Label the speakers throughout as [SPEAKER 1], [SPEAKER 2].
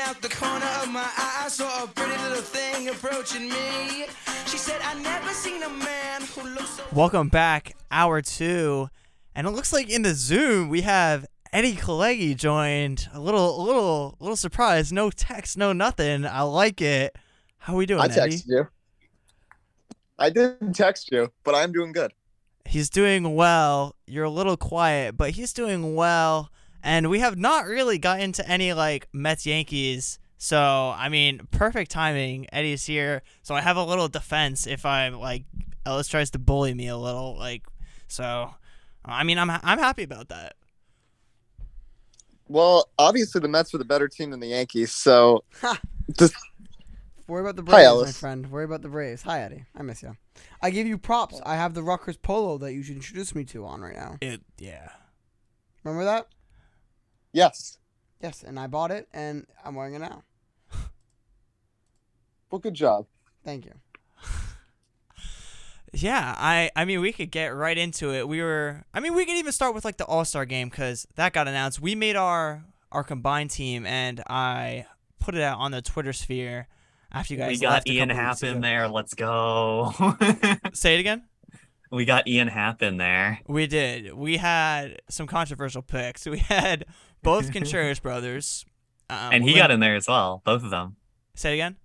[SPEAKER 1] out the corner of my eye, I saw a pretty little thing approaching me. She said, I never seen a man who looks so.
[SPEAKER 2] Welcome back, hour two, and it looks like in the Zoom we have Eddie Kalegi joined. A little, a little, a little surprise. No text, no nothing. I like it. How we doing,
[SPEAKER 3] I
[SPEAKER 2] Eddie?
[SPEAKER 3] texted you. I didn't text you, but I'm doing good.
[SPEAKER 2] He's doing well. You're a little quiet, but he's doing well. And we have not really gotten to any like Mets Yankees. So I mean, perfect timing. Eddie's here, so I have a little defense if I'm like Ellis tries to bully me a little. Like, so I mean, I'm I'm happy about that.
[SPEAKER 3] Well, obviously the Mets were the better team than the Yankees, so
[SPEAKER 4] Ha.
[SPEAKER 3] just
[SPEAKER 4] Worry about the
[SPEAKER 3] Hi,
[SPEAKER 4] Braves, my
[SPEAKER 3] Ellis.
[SPEAKER 4] friend. Worry about the Braves. Hi, Eddie. I miss you. I give you props. I have the Rutgers polo that you should introduce me to on right now.
[SPEAKER 2] It yeah.
[SPEAKER 4] Remember that?
[SPEAKER 3] yes.
[SPEAKER 4] Yes, and I bought it, and I'm wearing it now.
[SPEAKER 3] Well, good job.
[SPEAKER 4] Thank you.
[SPEAKER 2] Yeah, I I mean we could get right into it. We were I mean we could even start with like the All Star game because that got announced. We made our our combined team and I put it out on the Twitter sphere after you guys.
[SPEAKER 5] we got
[SPEAKER 2] left a
[SPEAKER 5] Ian
[SPEAKER 2] couple weeks
[SPEAKER 5] Happ in
[SPEAKER 2] ago.
[SPEAKER 5] there. Let's go.
[SPEAKER 2] Say it again.
[SPEAKER 5] we got Ian Happ in there.
[SPEAKER 2] We did. We had some controversial picks. We had both Contreras brothers. Um,
[SPEAKER 5] and he
[SPEAKER 2] Lin-
[SPEAKER 5] got in there as well. Both of them.
[SPEAKER 2] Say it again.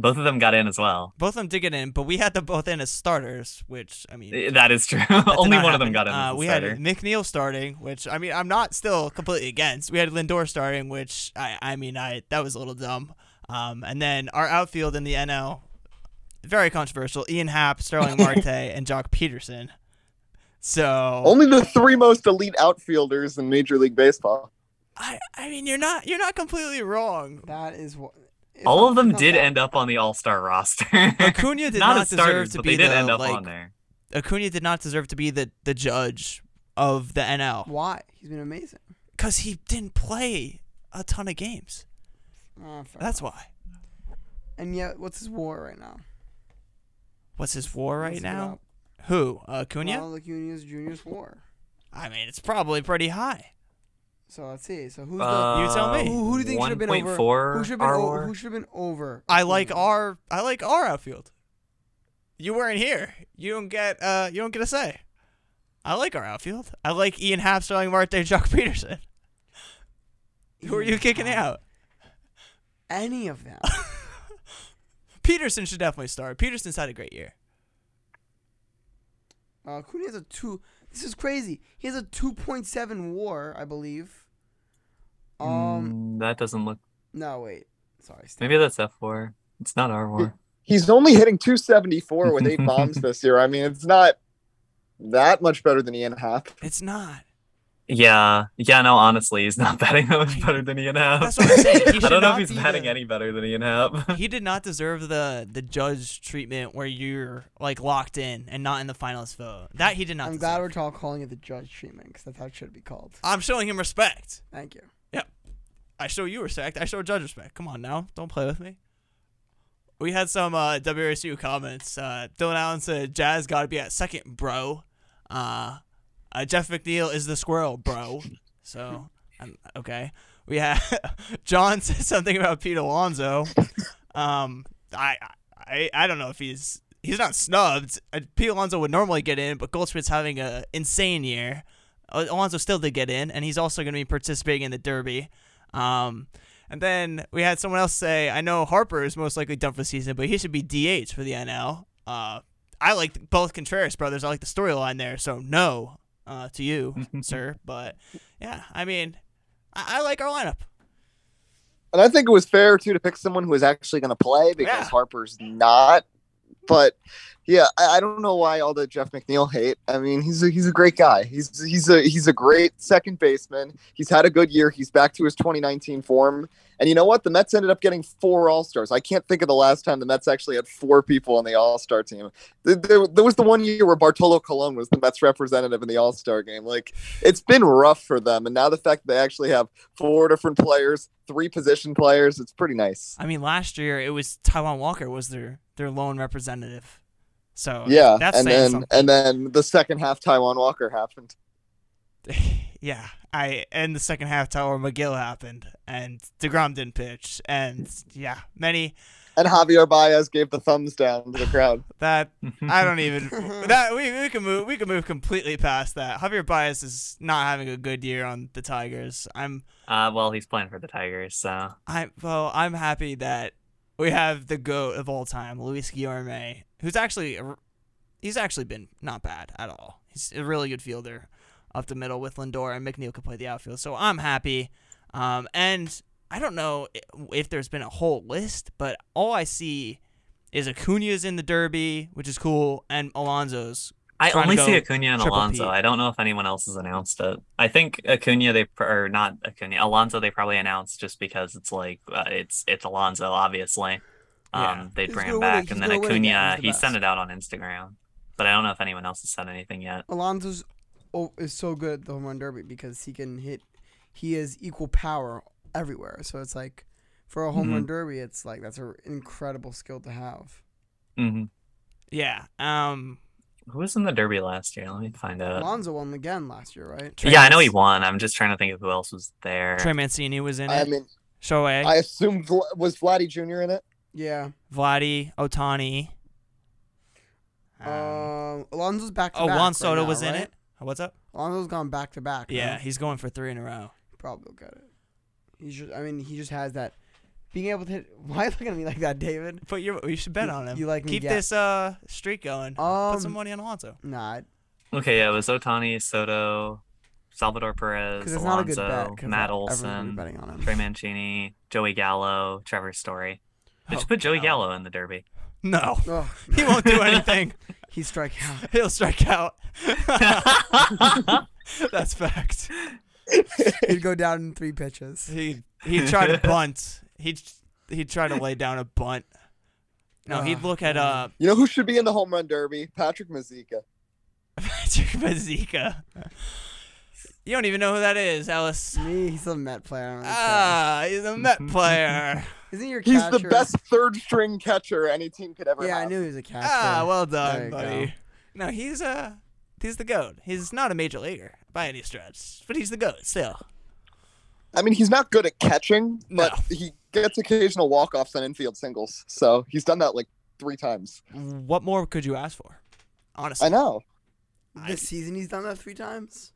[SPEAKER 5] Both of them got in as well.
[SPEAKER 2] Both of them did get in, but we had them both in as starters, which I mean.
[SPEAKER 5] Eh, That is true.
[SPEAKER 2] That did
[SPEAKER 5] Only
[SPEAKER 2] not
[SPEAKER 5] one of them got
[SPEAKER 2] happen.
[SPEAKER 5] in. as
[SPEAKER 2] Uh,
[SPEAKER 5] a
[SPEAKER 2] we
[SPEAKER 5] starter.
[SPEAKER 2] had McNeil starting, which I mean, I'm not still completely against. We had Lindor starting, which I, I mean, I that was a little dumb. Um, and then our outfield in the NL, very controversial: Ian Happ, Sterling Marte, and Jock Peterson. So
[SPEAKER 3] Only the three most elite outfielders in Major League Baseball.
[SPEAKER 2] I, I mean, you're not you're not completely wrong.
[SPEAKER 4] That is what. it's
[SPEAKER 5] All
[SPEAKER 4] not-
[SPEAKER 5] of them
[SPEAKER 4] it's not
[SPEAKER 5] did
[SPEAKER 4] bad.
[SPEAKER 5] end up on the All Star roster.
[SPEAKER 2] Acuna did
[SPEAKER 5] not,
[SPEAKER 2] not,
[SPEAKER 5] as
[SPEAKER 2] deserve
[SPEAKER 5] starters,
[SPEAKER 2] to
[SPEAKER 5] but
[SPEAKER 2] be
[SPEAKER 5] they did
[SPEAKER 2] the
[SPEAKER 5] end up
[SPEAKER 2] like,
[SPEAKER 5] on there.
[SPEAKER 2] Acuna did not deserve to be the the judge of the NL
[SPEAKER 4] Why? He's been amazing.
[SPEAKER 2] because he didn't play a ton of games.
[SPEAKER 4] Ah, fair
[SPEAKER 2] That's
[SPEAKER 4] enough.
[SPEAKER 2] why.
[SPEAKER 4] And yet, what's his war right now?
[SPEAKER 2] What's his war right
[SPEAKER 4] Let's look it
[SPEAKER 2] now?
[SPEAKER 4] up.
[SPEAKER 2] Who? Uh, Acuna?
[SPEAKER 4] Ronald Acuna's Junior's war.
[SPEAKER 2] I mean, it's probably pretty high.
[SPEAKER 4] So let's see. So who's
[SPEAKER 5] Uh,
[SPEAKER 2] You tell me.
[SPEAKER 4] the who, who do you think should have been over?
[SPEAKER 5] 1.4
[SPEAKER 4] Who should have been, o-
[SPEAKER 5] ROR?
[SPEAKER 4] who should have been over?
[SPEAKER 2] I like
[SPEAKER 4] Acuna?
[SPEAKER 2] our I like our outfield. You weren't here. You don't get uh you don't get a say. I like our outfield. I like Ian Happ, Sterling Marte, Jock Peterson. Who are you
[SPEAKER 4] Ian
[SPEAKER 2] kicking
[SPEAKER 4] Happ.
[SPEAKER 2] out?
[SPEAKER 4] Any of them?
[SPEAKER 2] Peterson should definitely start. Peterson's had a great year.
[SPEAKER 4] Uh, Acuna has a two. This is crazy. He has a two point seven WAR, I believe. Um,
[SPEAKER 5] Mm, that doesn't look.
[SPEAKER 4] no, wait. Sorry. Steve.
[SPEAKER 5] Maybe that's F four. It's not R war.
[SPEAKER 3] He's only hitting 274 with eight bombs this year. I mean, it's not that much better than Ian Happ.
[SPEAKER 2] It's not.
[SPEAKER 5] Yeah, yeah. No, honestly, he's not batting that much better than Ian Happ.
[SPEAKER 2] That's what I'm saying. He should
[SPEAKER 5] I don't know
[SPEAKER 2] not
[SPEAKER 5] if he's
[SPEAKER 2] be
[SPEAKER 5] batting
[SPEAKER 2] the-
[SPEAKER 5] any better than Ian Happ.
[SPEAKER 2] He did not deserve the the judge treatment where you're like locked in and not in the finalist vote. That he did not.
[SPEAKER 4] I'm
[SPEAKER 2] deserve.
[SPEAKER 4] glad we're all calling it the judge treatment because that's how it should be called.
[SPEAKER 2] I'm showing him respect.
[SPEAKER 4] Thank you.
[SPEAKER 2] I show you respect. I show Judge respect. Come on now. Don't play with me. We had some uh, WSU comments. Uh, Dylan Allen said, Jazz got to be at second, bro. Uh, uh, Jeff McNeil is the squirrel, bro. So, um, okay. We had John said something about Pete Alonso. Um, I, I, I don't know if he's he's not snubbed. Uh, Pete Alonso would normally get in, but Goldschmidt's having a insane year. Al- Alonso still did get in, and he's also going to be participating in the Derby. Um, and then we had someone else say, I know Harper is most likely done for the season, but he should be DH for the NL. Uh, I like both Contreras brothers. I like the storyline there, so no uh, to you, sir. But yeah, I mean, I, I like our lineup.
[SPEAKER 3] And I think it was fair too to pick someone who is actually going to play because
[SPEAKER 2] Yeah.
[SPEAKER 3] Harper's not. But yeah, I, I don't know why all the Jeff McNeil hate. I mean, he's a, he's a great guy. He's he's a he's a great second baseman. He's had a good year. He's back to his 2019 form. And you know what? The Mets ended up getting four All Stars. I can't think of the last time the Mets actually had four people on the All Star team. There, there, there was the one year where Bartolo Colon was the Mets representative in the All Star game. Like it's been rough for them. And now the fact that they actually have four different players, three position players. It's pretty nice.
[SPEAKER 2] I mean, last year it was Taiwan Walker was their their lone representative. So
[SPEAKER 3] yeah,
[SPEAKER 2] Oh, that's
[SPEAKER 3] and
[SPEAKER 2] saying
[SPEAKER 3] then
[SPEAKER 2] something.
[SPEAKER 3] and then the second half, Taiwan Walker happened.
[SPEAKER 2] yeah, I in the second half, Tyler McGill happened, and Degrom didn't pitch, and yeah, many
[SPEAKER 3] And Javier Baez gave the thumbs down to the crowd.
[SPEAKER 2] that I don't even that we, we can move we can move completely past that. Javier Baez is not having a good year on the Tigers. I'm
[SPEAKER 5] Uh, well, he's playing for the Tigers, so
[SPEAKER 2] I well I'm happy that we have the goat of all time, Luis Guillorme, who's actually a- he's actually been not bad at all. He's a really good fielder up the middle with Lindor and McNeil can play the outfield. So I'm happy. Um, and I don't know i- if there's been a whole list, but all I see is Acuna's in the Derby, which is cool, and Alonso's
[SPEAKER 5] I
[SPEAKER 2] Trying to
[SPEAKER 5] only see
[SPEAKER 2] go
[SPEAKER 5] Acuna and
[SPEAKER 2] triple
[SPEAKER 5] Alonso.
[SPEAKER 2] P.
[SPEAKER 5] I don't know if anyone else has announced it. I think Acuna they pr- or not Acuna Alonso they probably announced just because it's like uh, it's it's Alonso obviously. Um,
[SPEAKER 2] Yeah.
[SPEAKER 5] they
[SPEAKER 4] He's
[SPEAKER 5] bring
[SPEAKER 4] gonna
[SPEAKER 5] him
[SPEAKER 4] win it.
[SPEAKER 5] back,
[SPEAKER 4] He's
[SPEAKER 5] and then
[SPEAKER 4] gonna win again. He's
[SPEAKER 5] Acuna
[SPEAKER 4] the
[SPEAKER 5] he sent
[SPEAKER 4] best.
[SPEAKER 5] it out on Instagram, but I don't know if anyone else has said anything yet.
[SPEAKER 4] Alonso's oh, is so good at the home run derby because he can hit. He has equal power everywhere, so it's like for a home
[SPEAKER 5] Mm-hmm.
[SPEAKER 4] run derby, it's like that's an incredible skill to have.
[SPEAKER 5] hmm
[SPEAKER 2] yeah. Um,
[SPEAKER 5] Who was in the Derby last year? Let me find out.
[SPEAKER 4] Alonso won again last year, right?
[SPEAKER 2] Trey
[SPEAKER 5] Uh, yeah, I know he
[SPEAKER 2] Manc-
[SPEAKER 5] won. I'm just trying to think of who else was there.
[SPEAKER 2] Trey Mancini was in
[SPEAKER 3] I
[SPEAKER 2] it.
[SPEAKER 3] mean,
[SPEAKER 2] Shohei,
[SPEAKER 3] I assumed Vla- was Vladdy Jr. in it.
[SPEAKER 4] Yeah.
[SPEAKER 2] Vladdy, Otani. Um,
[SPEAKER 4] Um, Alonso's back to
[SPEAKER 2] oh,
[SPEAKER 4] back.
[SPEAKER 2] Juan
[SPEAKER 4] right
[SPEAKER 2] Soto
[SPEAKER 4] now,
[SPEAKER 2] was in
[SPEAKER 4] right? Uh-huh.
[SPEAKER 2] it. What's up?
[SPEAKER 4] Alonso's gone back to back.
[SPEAKER 2] Yeah,
[SPEAKER 4] right?
[SPEAKER 2] he's going for three in a row.
[SPEAKER 4] probably will get it. He's just, I mean, he just has that being able to hit. Why are you looking at me like that, David?
[SPEAKER 2] But you you should bet
[SPEAKER 4] You-
[SPEAKER 2] on him.
[SPEAKER 4] you like me,
[SPEAKER 2] Keep
[SPEAKER 4] yeah.
[SPEAKER 2] this uh streak going. Put some
[SPEAKER 4] Um,
[SPEAKER 2] money on Alonso.
[SPEAKER 4] nah,
[SPEAKER 5] Okay, yeah, it was Otani, Soto, Salvador Perez,
[SPEAKER 4] because it's not a good bet.
[SPEAKER 5] Alonso,
[SPEAKER 4] 'cause
[SPEAKER 5] Matt
[SPEAKER 4] everyone's gonna be
[SPEAKER 5] Olson,
[SPEAKER 4] betting on him.
[SPEAKER 5] Trey Mancini, Joey Gallo, Trevor Story. They
[SPEAKER 2] Oh,
[SPEAKER 5] should put Joey
[SPEAKER 2] God.
[SPEAKER 5] Gallo in the Derby.
[SPEAKER 2] No,
[SPEAKER 4] Oh,
[SPEAKER 2] he won't do anything.
[SPEAKER 4] he strike out.
[SPEAKER 2] He'll strike out. That's fact.
[SPEAKER 4] He'd go down in three pitches.
[SPEAKER 2] He he tried to bunt. He he tried to lay down a bunt. No, he'd
[SPEAKER 4] Ugh,
[SPEAKER 2] look at
[SPEAKER 4] man.
[SPEAKER 2] uh
[SPEAKER 3] You know who should be in the home run derby? Patrick Mazika.
[SPEAKER 2] Patrick Bazika. You don't even know who that is, Ellis.
[SPEAKER 4] Me, he's a Met player. I don't really care.
[SPEAKER 2] Ah, he's a Met player.
[SPEAKER 4] Isn't your
[SPEAKER 3] He's
[SPEAKER 4] catcher?
[SPEAKER 3] the best third string catcher any team could ever
[SPEAKER 4] Yeah, I
[SPEAKER 3] have.
[SPEAKER 4] knew he was a catcher.
[SPEAKER 2] Ah, well
[SPEAKER 4] There
[SPEAKER 2] done,
[SPEAKER 4] you
[SPEAKER 2] buddy.
[SPEAKER 4] go.
[SPEAKER 2] No, he's uh he's the goat. He's not a major leaguer by any stretch, but he's the goat still.
[SPEAKER 3] I mean, he's not good at catching, but
[SPEAKER 2] No.
[SPEAKER 3] he gets occasional walk offs on infield singles. So he's done that like three times.
[SPEAKER 2] What more could you ask for?
[SPEAKER 3] I
[SPEAKER 2] Honestly.
[SPEAKER 3] know.
[SPEAKER 4] this season he's done that three times.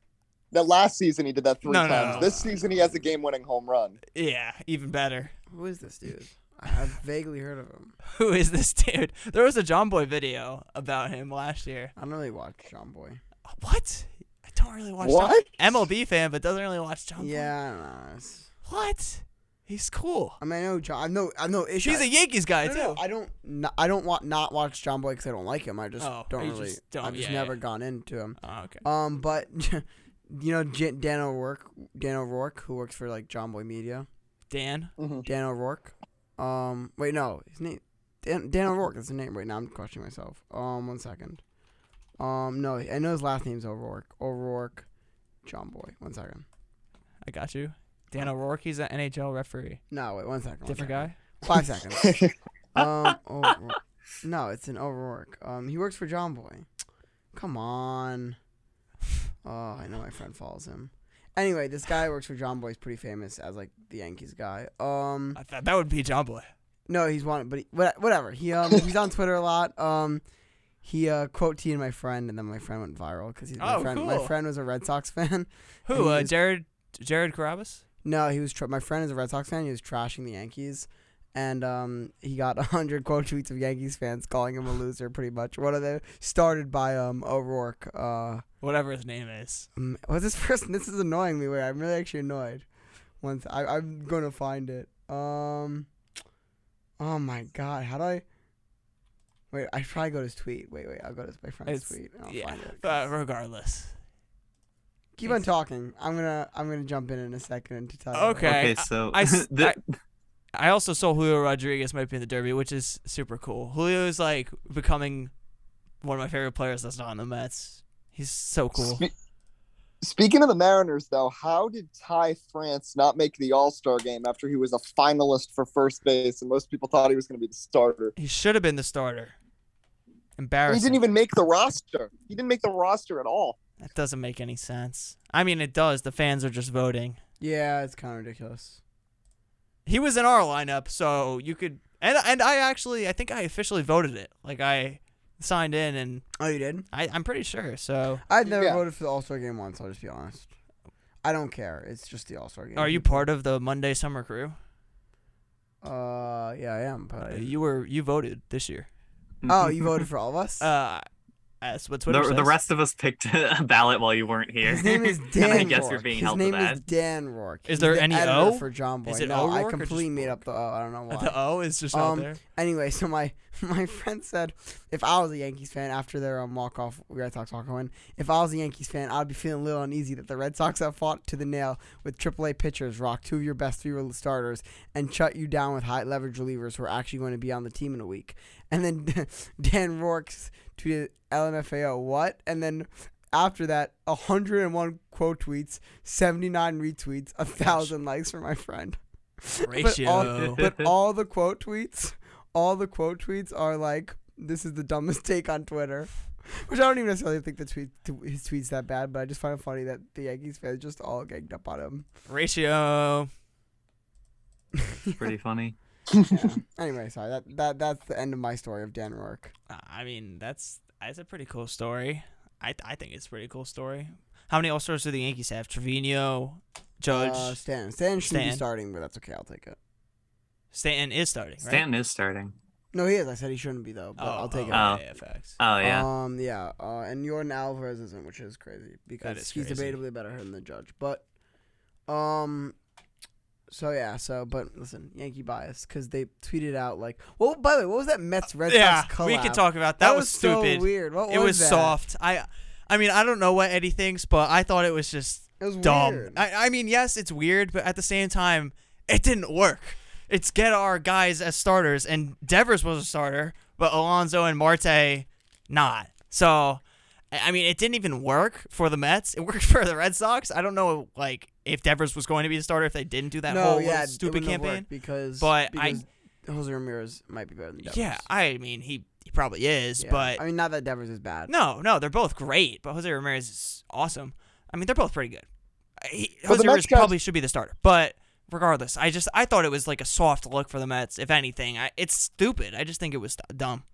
[SPEAKER 3] That last season he did that three
[SPEAKER 2] No, no,
[SPEAKER 3] times.
[SPEAKER 2] no.
[SPEAKER 3] This season he has a game winning home run.
[SPEAKER 2] Yeah, even better.
[SPEAKER 4] Who is this dude? I- I've vaguely heard of him.
[SPEAKER 2] Who is this dude? There was a John Boy video about him last year.
[SPEAKER 4] I don't really watch John Boy.
[SPEAKER 2] What? I don't really watch John-
[SPEAKER 3] What?
[SPEAKER 2] MLB fan, but doesn't really watch John Boy.
[SPEAKER 4] Yeah, I don't know. It's-
[SPEAKER 2] What? He's cool.
[SPEAKER 4] I mean, I know John. I know. I know issues.
[SPEAKER 2] He's a Yankees guy
[SPEAKER 4] No,
[SPEAKER 2] too.
[SPEAKER 4] no, I don't. No, I don't want not watch John Boy because I don't like him. I just
[SPEAKER 2] Oh,
[SPEAKER 4] don't
[SPEAKER 2] you
[SPEAKER 4] really.
[SPEAKER 2] just don't-
[SPEAKER 4] I've just
[SPEAKER 2] yeah,
[SPEAKER 4] never
[SPEAKER 2] yeah.
[SPEAKER 4] gone into him.
[SPEAKER 2] oh, okay.
[SPEAKER 4] Um, but you know J- Dan O'Rourke, Dan O'Rourke, who works for like John Boy Media.
[SPEAKER 2] Dan.
[SPEAKER 4] Dan O'Rourke. Um, wait, no, his name. Dan, Dan O'Rourke is the name. Wait, now I'm questioning myself. Um, one second. Um, no, I know his last name's O'Rourke. O'Rourke, John Boy. One second.
[SPEAKER 2] I got you. Dan
[SPEAKER 4] Oh.
[SPEAKER 2] O'Rourke, he's an NHL referee.
[SPEAKER 4] No, wait, one second. one
[SPEAKER 2] Different
[SPEAKER 4] second.
[SPEAKER 2] guy?
[SPEAKER 4] Five seconds.
[SPEAKER 3] Mm-hmm.
[SPEAKER 4] um, O'Rourke. no, it's an O'Rourke. Um, he works for John Boy. Come on. Oh, I know my friend follows him. Anyway, this guy works for John Boy. He's pretty famous as like the Yankees guy. Um,
[SPEAKER 2] I thought that would be John Boy.
[SPEAKER 4] no, he's wanted, but he, what- whatever. He um, he's on Twitter a lot. Um, he uh, quote teed my friend, and then my friend went viral because he's my
[SPEAKER 2] Oh,
[SPEAKER 4] friend. My
[SPEAKER 2] cool.
[SPEAKER 4] friend was a Red Sox fan.
[SPEAKER 2] Who?
[SPEAKER 4] He
[SPEAKER 2] Uh,
[SPEAKER 4] is-
[SPEAKER 2] Jared Jared Carabas?
[SPEAKER 4] No, he was. Tra- my friend is a Red Sox fan. He was trashing the Yankees, and um, he got hundred quote tweets of Yankees fans calling him a loser, pretty much. One of them started by um O'Rourke. Uh,
[SPEAKER 2] Whatever his name is.
[SPEAKER 4] m- what's this person? This is annoying me. Wait, I'm really actually annoyed. Once I, I'm gonna find it. Um, oh my god, how do I? Wait, I should probably go to his tweet. Wait, wait, I'll go to his- my friend's
[SPEAKER 2] It's-
[SPEAKER 4] tweet. And I'll
[SPEAKER 2] yeah.
[SPEAKER 4] find it.
[SPEAKER 2] Uh, regardless.
[SPEAKER 4] Keep on talking. I'm gonna, I'm gonna jump in in a second to tell you.
[SPEAKER 2] Okay.
[SPEAKER 5] Okay, so
[SPEAKER 2] I, s-
[SPEAKER 5] the-
[SPEAKER 2] I- I also saw Julio Rodriguez might be in the Derby, which is super cool. Julio is like becoming one of my favorite players that's not on the Mets. He's so cool.
[SPEAKER 3] Spe- Speaking of the Mariners, though, how did Ty France not make the All Star game after he was a finalist for first base and most people thought he was going to be the starter?
[SPEAKER 2] He should have been the starter.
[SPEAKER 3] And He
[SPEAKER 2] Embarrassing.
[SPEAKER 3] didn't even make the roster. He didn't make the roster at all.
[SPEAKER 2] That doesn't make any sense. I mean, it does. The fans are just voting.
[SPEAKER 4] Yeah, it's kind of ridiculous.
[SPEAKER 2] He was in our lineup, so you could. And and I actually, I think I officially voted it. Like I signed in, and
[SPEAKER 4] Oh, you did?
[SPEAKER 2] I, I'm pretty sure. So,
[SPEAKER 4] I've never
[SPEAKER 3] Yeah.
[SPEAKER 4] voted for the All Star game once. I'll just be honest. I don't care. It's just the All Star game.
[SPEAKER 2] are you part of the Monday summer crew?
[SPEAKER 4] Uh, yeah, I am. But I-
[SPEAKER 2] You were. You voted this year.
[SPEAKER 4] oh, you voted for all of us.
[SPEAKER 2] Uh, that's what Twitter
[SPEAKER 5] The, the
[SPEAKER 2] says.
[SPEAKER 5] rest of us picked a ballot while you weren't here.
[SPEAKER 4] His name is Dan.
[SPEAKER 5] I guess you're
[SPEAKER 4] Rourke.
[SPEAKER 5] being
[SPEAKER 4] His
[SPEAKER 5] held to
[SPEAKER 4] name
[SPEAKER 5] that.
[SPEAKER 4] is Dan Rourke.
[SPEAKER 2] Is
[SPEAKER 4] He's
[SPEAKER 2] there
[SPEAKER 4] the
[SPEAKER 2] any
[SPEAKER 4] editor
[SPEAKER 2] O?
[SPEAKER 4] for John Boy?
[SPEAKER 2] Is it
[SPEAKER 4] no, I
[SPEAKER 2] O'Rourke or just Uh,
[SPEAKER 4] completely made up the O. I don't know why.
[SPEAKER 2] The O is just out
[SPEAKER 4] Um,
[SPEAKER 2] there.
[SPEAKER 4] Anyway, so my my friend said if I was a Yankees fan after their um, walk off, we gotta talk soccer win. If I was a Yankees fan, I'd be feeling a little uneasy that the Red Sox have fought to the nail with AAA pitchers, rock two of your best three rel- starters, and shut you down with high leverage relievers who are actually going to be on the team in a week. And then Dan Rourke's tweeted LMFAO what? And then. After that, 101 quote tweets, 79 retweets, 1,000 likes for my friend
[SPEAKER 2] Ratio.
[SPEAKER 4] all- but all the quote tweets, all the quote tweets are like, "This is the dumbest take on Twitter," which I don't even necessarily think the tweet his tweets that bad, but I just find it funny that the Yankees fans just all ganged up on him.
[SPEAKER 2] Ratio.
[SPEAKER 5] Pretty funny.
[SPEAKER 4] Yeah. anyway, sorry that that that's the end of my story of Dan Rourke.
[SPEAKER 2] Uh, I mean, that's that's a pretty cool story. I I think it's a pretty cool story. How many All Stars do the Yankees have? Trevino, Judge,
[SPEAKER 4] Uh, Stan Stan shouldn't
[SPEAKER 2] Stan.
[SPEAKER 4] be starting, but that's okay. I'll take it.
[SPEAKER 2] Stanton is starting. Right?
[SPEAKER 5] Stanton is starting.
[SPEAKER 4] No, he is. I said he shouldn't be though, but
[SPEAKER 2] oh,
[SPEAKER 4] I'll take it.
[SPEAKER 5] oh.
[SPEAKER 2] yeah, yeah, facts.
[SPEAKER 5] Oh yeah.
[SPEAKER 4] Um, yeah, uh, and Jordan Alvarez isn't, which is crazy because
[SPEAKER 2] is
[SPEAKER 4] he's
[SPEAKER 2] crazy.
[SPEAKER 4] debatably better than the judge. But, um, so yeah, so but listen, Yankee bias because they tweeted out like, well, by the way, what was that Mets Red
[SPEAKER 2] yeah,
[SPEAKER 4] Sox collab?
[SPEAKER 2] we could talk about that.
[SPEAKER 4] That,
[SPEAKER 2] was, stupid.
[SPEAKER 4] So weird. What
[SPEAKER 2] It was
[SPEAKER 4] that?
[SPEAKER 2] soft. I I mean, I don't know what Eddie thinks, but I thought it was just
[SPEAKER 4] It was
[SPEAKER 2] dumb.
[SPEAKER 4] weird.
[SPEAKER 2] I, I mean, yes, it's weird, but at the same time, it didn't work. It's get our guys as starters, and Devers was a starter, but Alonzo and Marte not. So, I I mean, it didn't even work for the Mets. It worked for the Red Sox. I don't know, like, if Devers was going to be the starter if they didn't do that
[SPEAKER 4] no,
[SPEAKER 2] whole
[SPEAKER 4] yeah,
[SPEAKER 2] little
[SPEAKER 4] it
[SPEAKER 2] stupid
[SPEAKER 4] wouldn't have
[SPEAKER 2] campaign.
[SPEAKER 4] worked because
[SPEAKER 2] but I-
[SPEAKER 4] because Jose Ramirez might be better than Devers.
[SPEAKER 2] Yeah, I mean, he, he probably is,
[SPEAKER 4] Yeah.
[SPEAKER 2] but
[SPEAKER 4] I mean, not that Devers is bad.
[SPEAKER 2] no, no, they're both great. But Jose Ramirez is awesome. I mean, they're both pretty good. He,
[SPEAKER 3] Well,
[SPEAKER 2] Jose
[SPEAKER 3] the
[SPEAKER 2] Ramirez
[SPEAKER 3] Mets got-
[SPEAKER 2] probably should be the starter, but regardless, I just I thought it was like a soft look for the Mets. If anything, I, it's stupid. I just think it was st- dumb.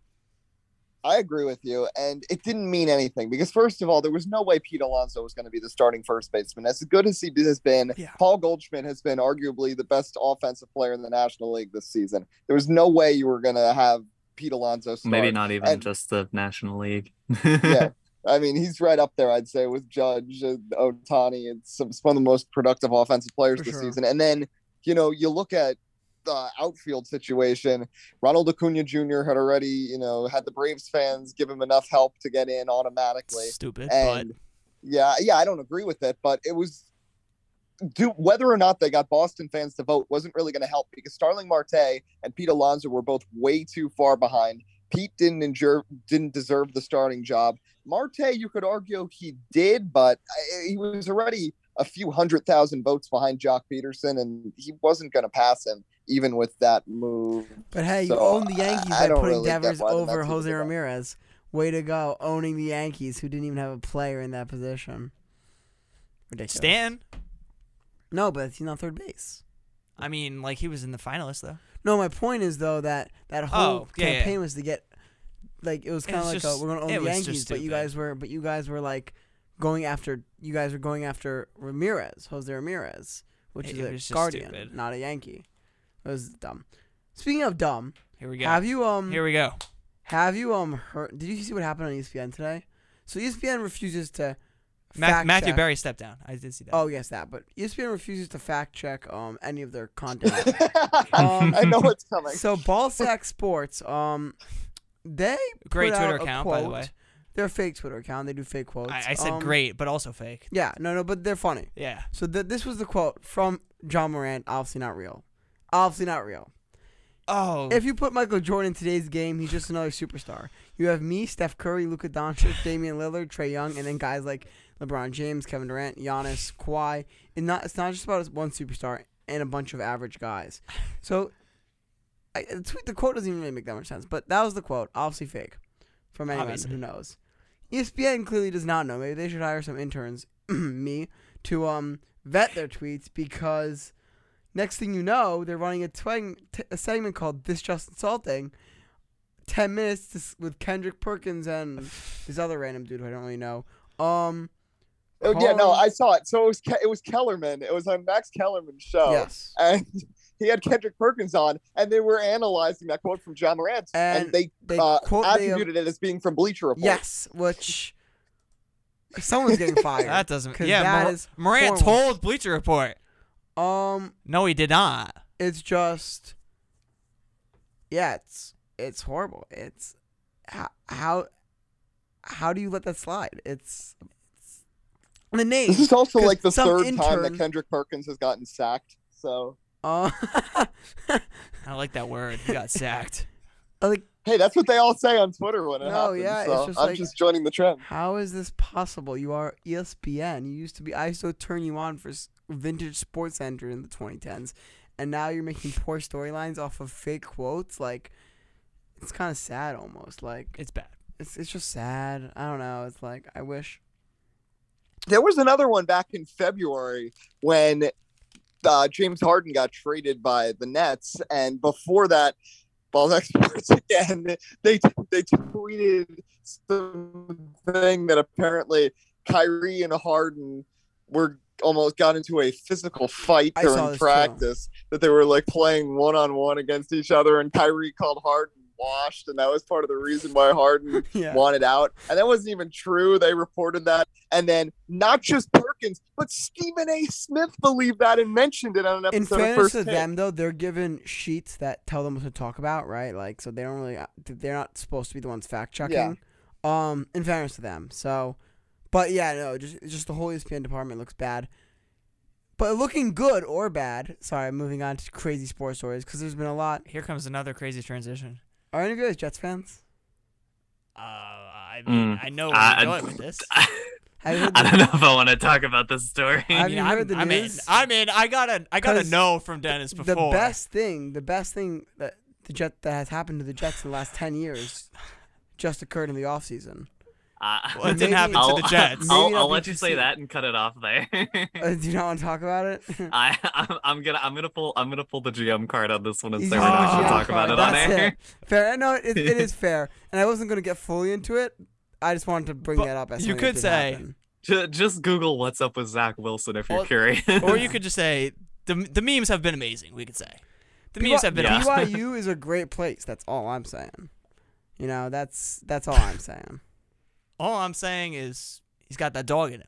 [SPEAKER 3] I agree with you, and it didn't mean anything because first of all, there was no way Pete Alonso was going to be the starting first baseman. As good as he has been,
[SPEAKER 2] Yeah.
[SPEAKER 3] Paul Goldschmidt has been arguably the best offensive player in the National League this season. There was no way you were going to have Pete Alonso.
[SPEAKER 4] Oh,
[SPEAKER 3] Start.
[SPEAKER 5] Maybe not even
[SPEAKER 3] And-
[SPEAKER 5] just the National League.
[SPEAKER 3] yeah. I mean, he's right up there, I'd say, with Judge and Otani. It's, some- it's one of the most productive offensive players
[SPEAKER 4] For
[SPEAKER 3] this
[SPEAKER 4] sure.
[SPEAKER 3] season. And then, you know, you look at the outfield situation. Ronald Acuna Jr. had already, you know, had the Braves fans give him enough help to get in automatically.
[SPEAKER 2] Stupid,
[SPEAKER 3] And yeah, yeah, I don't agree with it, but it was do whether or not they got Boston fans to vote wasn't really going to help because Starling Marte and Pete Alonso were both way too far behind. Pete didn't injure, didn't deserve the starting job. Marte, you could argue he did, but I- he was already a few hundred thousand votes behind Jock Peterson, and he wasn't going to pass him even with that move.
[SPEAKER 4] But hey, you
[SPEAKER 3] So,
[SPEAKER 4] own the
[SPEAKER 3] I-
[SPEAKER 4] Yankees
[SPEAKER 3] I
[SPEAKER 4] by
[SPEAKER 3] don't
[SPEAKER 4] putting
[SPEAKER 3] really get
[SPEAKER 4] Devers
[SPEAKER 3] why the
[SPEAKER 4] over
[SPEAKER 3] Mets even
[SPEAKER 4] Jose
[SPEAKER 3] did that.
[SPEAKER 4] Ramirez. Way to go, owning the Yankees, who didn't even have a player in that position.
[SPEAKER 2] but
[SPEAKER 4] Ridiculous.
[SPEAKER 2] Stan.
[SPEAKER 4] No, but he's not third base.
[SPEAKER 2] I mean, like he was in the finalists though.
[SPEAKER 4] No, my point is though that that whole
[SPEAKER 2] Oh, yeah, yeah.
[SPEAKER 4] campaign was to get, like, it was kind of
[SPEAKER 2] was
[SPEAKER 4] like
[SPEAKER 2] just-
[SPEAKER 4] a, we're gonna
[SPEAKER 2] it
[SPEAKER 4] own the
[SPEAKER 2] was just
[SPEAKER 4] Yankees, but you
[SPEAKER 2] stupid.
[SPEAKER 4] guys were, but you guys were like, going after, you guys were going after Ramirez, Jose Ramirez, which
[SPEAKER 2] It-
[SPEAKER 4] is
[SPEAKER 2] it
[SPEAKER 4] a
[SPEAKER 2] was just
[SPEAKER 4] Guardian,
[SPEAKER 2] stupid.
[SPEAKER 4] not a Yankee. It was dumb. Speaking of dumb,
[SPEAKER 2] Here we go.
[SPEAKER 4] have you um
[SPEAKER 2] Here we go.
[SPEAKER 4] Have you um heard? Did you see what happened on E ESPN today? So E ESPN refuses to
[SPEAKER 2] Ma-
[SPEAKER 4] fact
[SPEAKER 2] Matthew
[SPEAKER 4] check-
[SPEAKER 2] Berry stepped down. I did see that.
[SPEAKER 4] Oh yes, that. But ESPN refuses to fact check um any of their content. Um,
[SPEAKER 3] I know it's coming.
[SPEAKER 4] so Ballsack Sports um they
[SPEAKER 2] Great
[SPEAKER 4] put
[SPEAKER 2] Twitter
[SPEAKER 4] out a
[SPEAKER 2] account,
[SPEAKER 4] quote.
[SPEAKER 2] by the way.
[SPEAKER 4] Their fake Twitter account. They do fake quotes.
[SPEAKER 2] I, I said
[SPEAKER 4] Um,
[SPEAKER 2] great, but also fake.
[SPEAKER 4] Yeah, no, no, but they're funny.
[SPEAKER 2] Yeah.
[SPEAKER 4] So th- this was the quote from John Moran. Obviously not real. Obviously not real.
[SPEAKER 2] Oh,
[SPEAKER 4] If you put Michael Jordan in today's game, he's just another superstar. You have me, Steph Curry, Luka Doncic, Damian Lillard, Trey Young, and then guys like LeBron James, Kevin Durant, Giannis, Kawhi. And not it's not just about one superstar and a bunch of average guys. So, I, the, tweet, the quote doesn't even really make that much sense. But that was the quote, obviously fake, from anyone
[SPEAKER 2] Obviously.
[SPEAKER 4] who knows. E ESPN clearly does not know. Maybe they should hire some interns, me, to um vet their tweets because next thing you know, they're running a, twang, t- a segment called "This Just Insulting." Ten minutes to, s- with Kendrick Perkins and this other random dude who I don't really know. Um,
[SPEAKER 3] Oh, yeah, no,
[SPEAKER 4] Call-
[SPEAKER 3] I saw it. So it was Ke- it was Kellerman. It was on Max Kellerman's show,
[SPEAKER 4] yes,
[SPEAKER 3] and he had Kendrick Perkins on, and they were analyzing that quote from John Morant, and,
[SPEAKER 4] And
[SPEAKER 3] they,
[SPEAKER 4] they
[SPEAKER 3] uh,
[SPEAKER 4] quote they, um,
[SPEAKER 3] attributed it as being from Bleacher Report.
[SPEAKER 4] yes, which someone's getting fired.
[SPEAKER 2] That doesn't.
[SPEAKER 4] 'Cause
[SPEAKER 2] Yeah,
[SPEAKER 4] that
[SPEAKER 2] Mor-
[SPEAKER 4] is
[SPEAKER 2] Morant
[SPEAKER 4] horrible.
[SPEAKER 2] told Bleacher Report.
[SPEAKER 4] Um,
[SPEAKER 2] No, he did not.
[SPEAKER 4] it's just yeah it's it's horrible it's how how, how do you let that slide it's, it's the name
[SPEAKER 3] This is also
[SPEAKER 4] 'Cause
[SPEAKER 3] like the
[SPEAKER 4] some
[SPEAKER 3] third time that
[SPEAKER 4] intern-
[SPEAKER 3] Kendrick Perkins has gotten sacked. So
[SPEAKER 4] uh,
[SPEAKER 2] I like that word. He got sacked.
[SPEAKER 4] like
[SPEAKER 3] hey, that's what they all say on Twitter when it
[SPEAKER 4] No,
[SPEAKER 3] happens.
[SPEAKER 4] yeah, it's
[SPEAKER 3] so
[SPEAKER 4] just
[SPEAKER 3] I'm
[SPEAKER 4] like-
[SPEAKER 3] just joining the trend.
[SPEAKER 4] how is this possible you are E espn you used to be i used to turn you on for s- vintage sports center in the 2010s and now you're making poor storylines off of fake quotes like it's kind of sad almost like
[SPEAKER 2] It's bad.
[SPEAKER 4] it's, it's just sad i don't know it's like i wish
[SPEAKER 3] There was another one back in February when uh, James Harden got traded by the Nets, and before that, Ball Experts again they they tweeted something that apparently Kyrie and Harden were almost got into a physical fight
[SPEAKER 4] I saw
[SPEAKER 3] during
[SPEAKER 4] this too.
[SPEAKER 3] practice that they were like playing one on one against each other, and Kyrie called Harden washed, and that was part of the reason why Harden
[SPEAKER 4] Yeah.
[SPEAKER 3] wanted out. And that wasn't even true. They reported that. And then not just Perkins, but Stephen A. Smith believed that and mentioned it on an
[SPEAKER 4] In
[SPEAKER 3] episode of
[SPEAKER 4] fairness
[SPEAKER 3] First
[SPEAKER 4] to
[SPEAKER 3] Take.
[SPEAKER 4] them, though, they're given sheets that tell them what to talk about, right? Like, so they don't really, uh, they're not supposed to be the ones fact checking. Um, in fairness to them, so, but yeah, no, just it's just the whole E ESPN department looks bad. But looking good or bad. Sorry, moving on to crazy sports stories because there's been a lot.
[SPEAKER 2] Here comes another crazy transition.
[SPEAKER 4] Are any of you guys Jets fans?
[SPEAKER 2] Uh, I mean,
[SPEAKER 5] Mm.
[SPEAKER 2] I know where
[SPEAKER 5] Uh,
[SPEAKER 2] you're going with this.
[SPEAKER 4] Have you heard
[SPEAKER 5] I
[SPEAKER 4] the-
[SPEAKER 5] don't know if I want to talk about this story.
[SPEAKER 2] I
[SPEAKER 4] have
[SPEAKER 2] mean,
[SPEAKER 4] you
[SPEAKER 2] I'm,
[SPEAKER 4] heard the
[SPEAKER 2] I'm in.
[SPEAKER 4] news?
[SPEAKER 2] I'm in. I got a. I got a
[SPEAKER 4] 'Cause
[SPEAKER 2] no from Dennis
[SPEAKER 4] the
[SPEAKER 2] before.
[SPEAKER 4] best thing, the best thing that the Jet that has happened to the Jets in the last ten years, just occurred in the off season.
[SPEAKER 5] Uh,
[SPEAKER 2] Well, it
[SPEAKER 4] Maybe-
[SPEAKER 2] didn't happen
[SPEAKER 5] I'll,
[SPEAKER 2] to the Jets.
[SPEAKER 4] Maybe
[SPEAKER 5] I'll,
[SPEAKER 4] that'll
[SPEAKER 5] I'll
[SPEAKER 4] be
[SPEAKER 5] let you say
[SPEAKER 4] interesting.
[SPEAKER 5] that and cut it off there.
[SPEAKER 4] Uh, do you not want to talk about it?
[SPEAKER 5] I, I'm, I'm gonna I'm gonna pull I'm gonna pull the GM card on this one and
[SPEAKER 4] He's
[SPEAKER 5] say
[SPEAKER 4] using
[SPEAKER 5] we're not
[SPEAKER 4] the
[SPEAKER 5] gonna
[SPEAKER 4] GM
[SPEAKER 5] talk about
[SPEAKER 4] card.
[SPEAKER 5] it on
[SPEAKER 4] That's
[SPEAKER 5] air.
[SPEAKER 4] Fair. No, it, it is fair. And I wasn't gonna get fully into it. I just wanted to bring
[SPEAKER 2] But
[SPEAKER 4] that up. As
[SPEAKER 2] you
[SPEAKER 4] something that
[SPEAKER 2] could
[SPEAKER 4] did
[SPEAKER 2] say-
[SPEAKER 4] happen.
[SPEAKER 5] Ju- Just Google what's up with Zach Wilson if you're
[SPEAKER 2] Well,
[SPEAKER 5] curious.
[SPEAKER 2] or you could just say the the memes have been amazing. We could say the
[SPEAKER 4] BY-
[SPEAKER 2] memes have been.
[SPEAKER 5] Yeah.
[SPEAKER 2] Amazing.
[SPEAKER 4] BYU is a great place. That's all I'm saying. You know, that's that's all I'm saying.
[SPEAKER 2] All I'm saying is he's got that dog in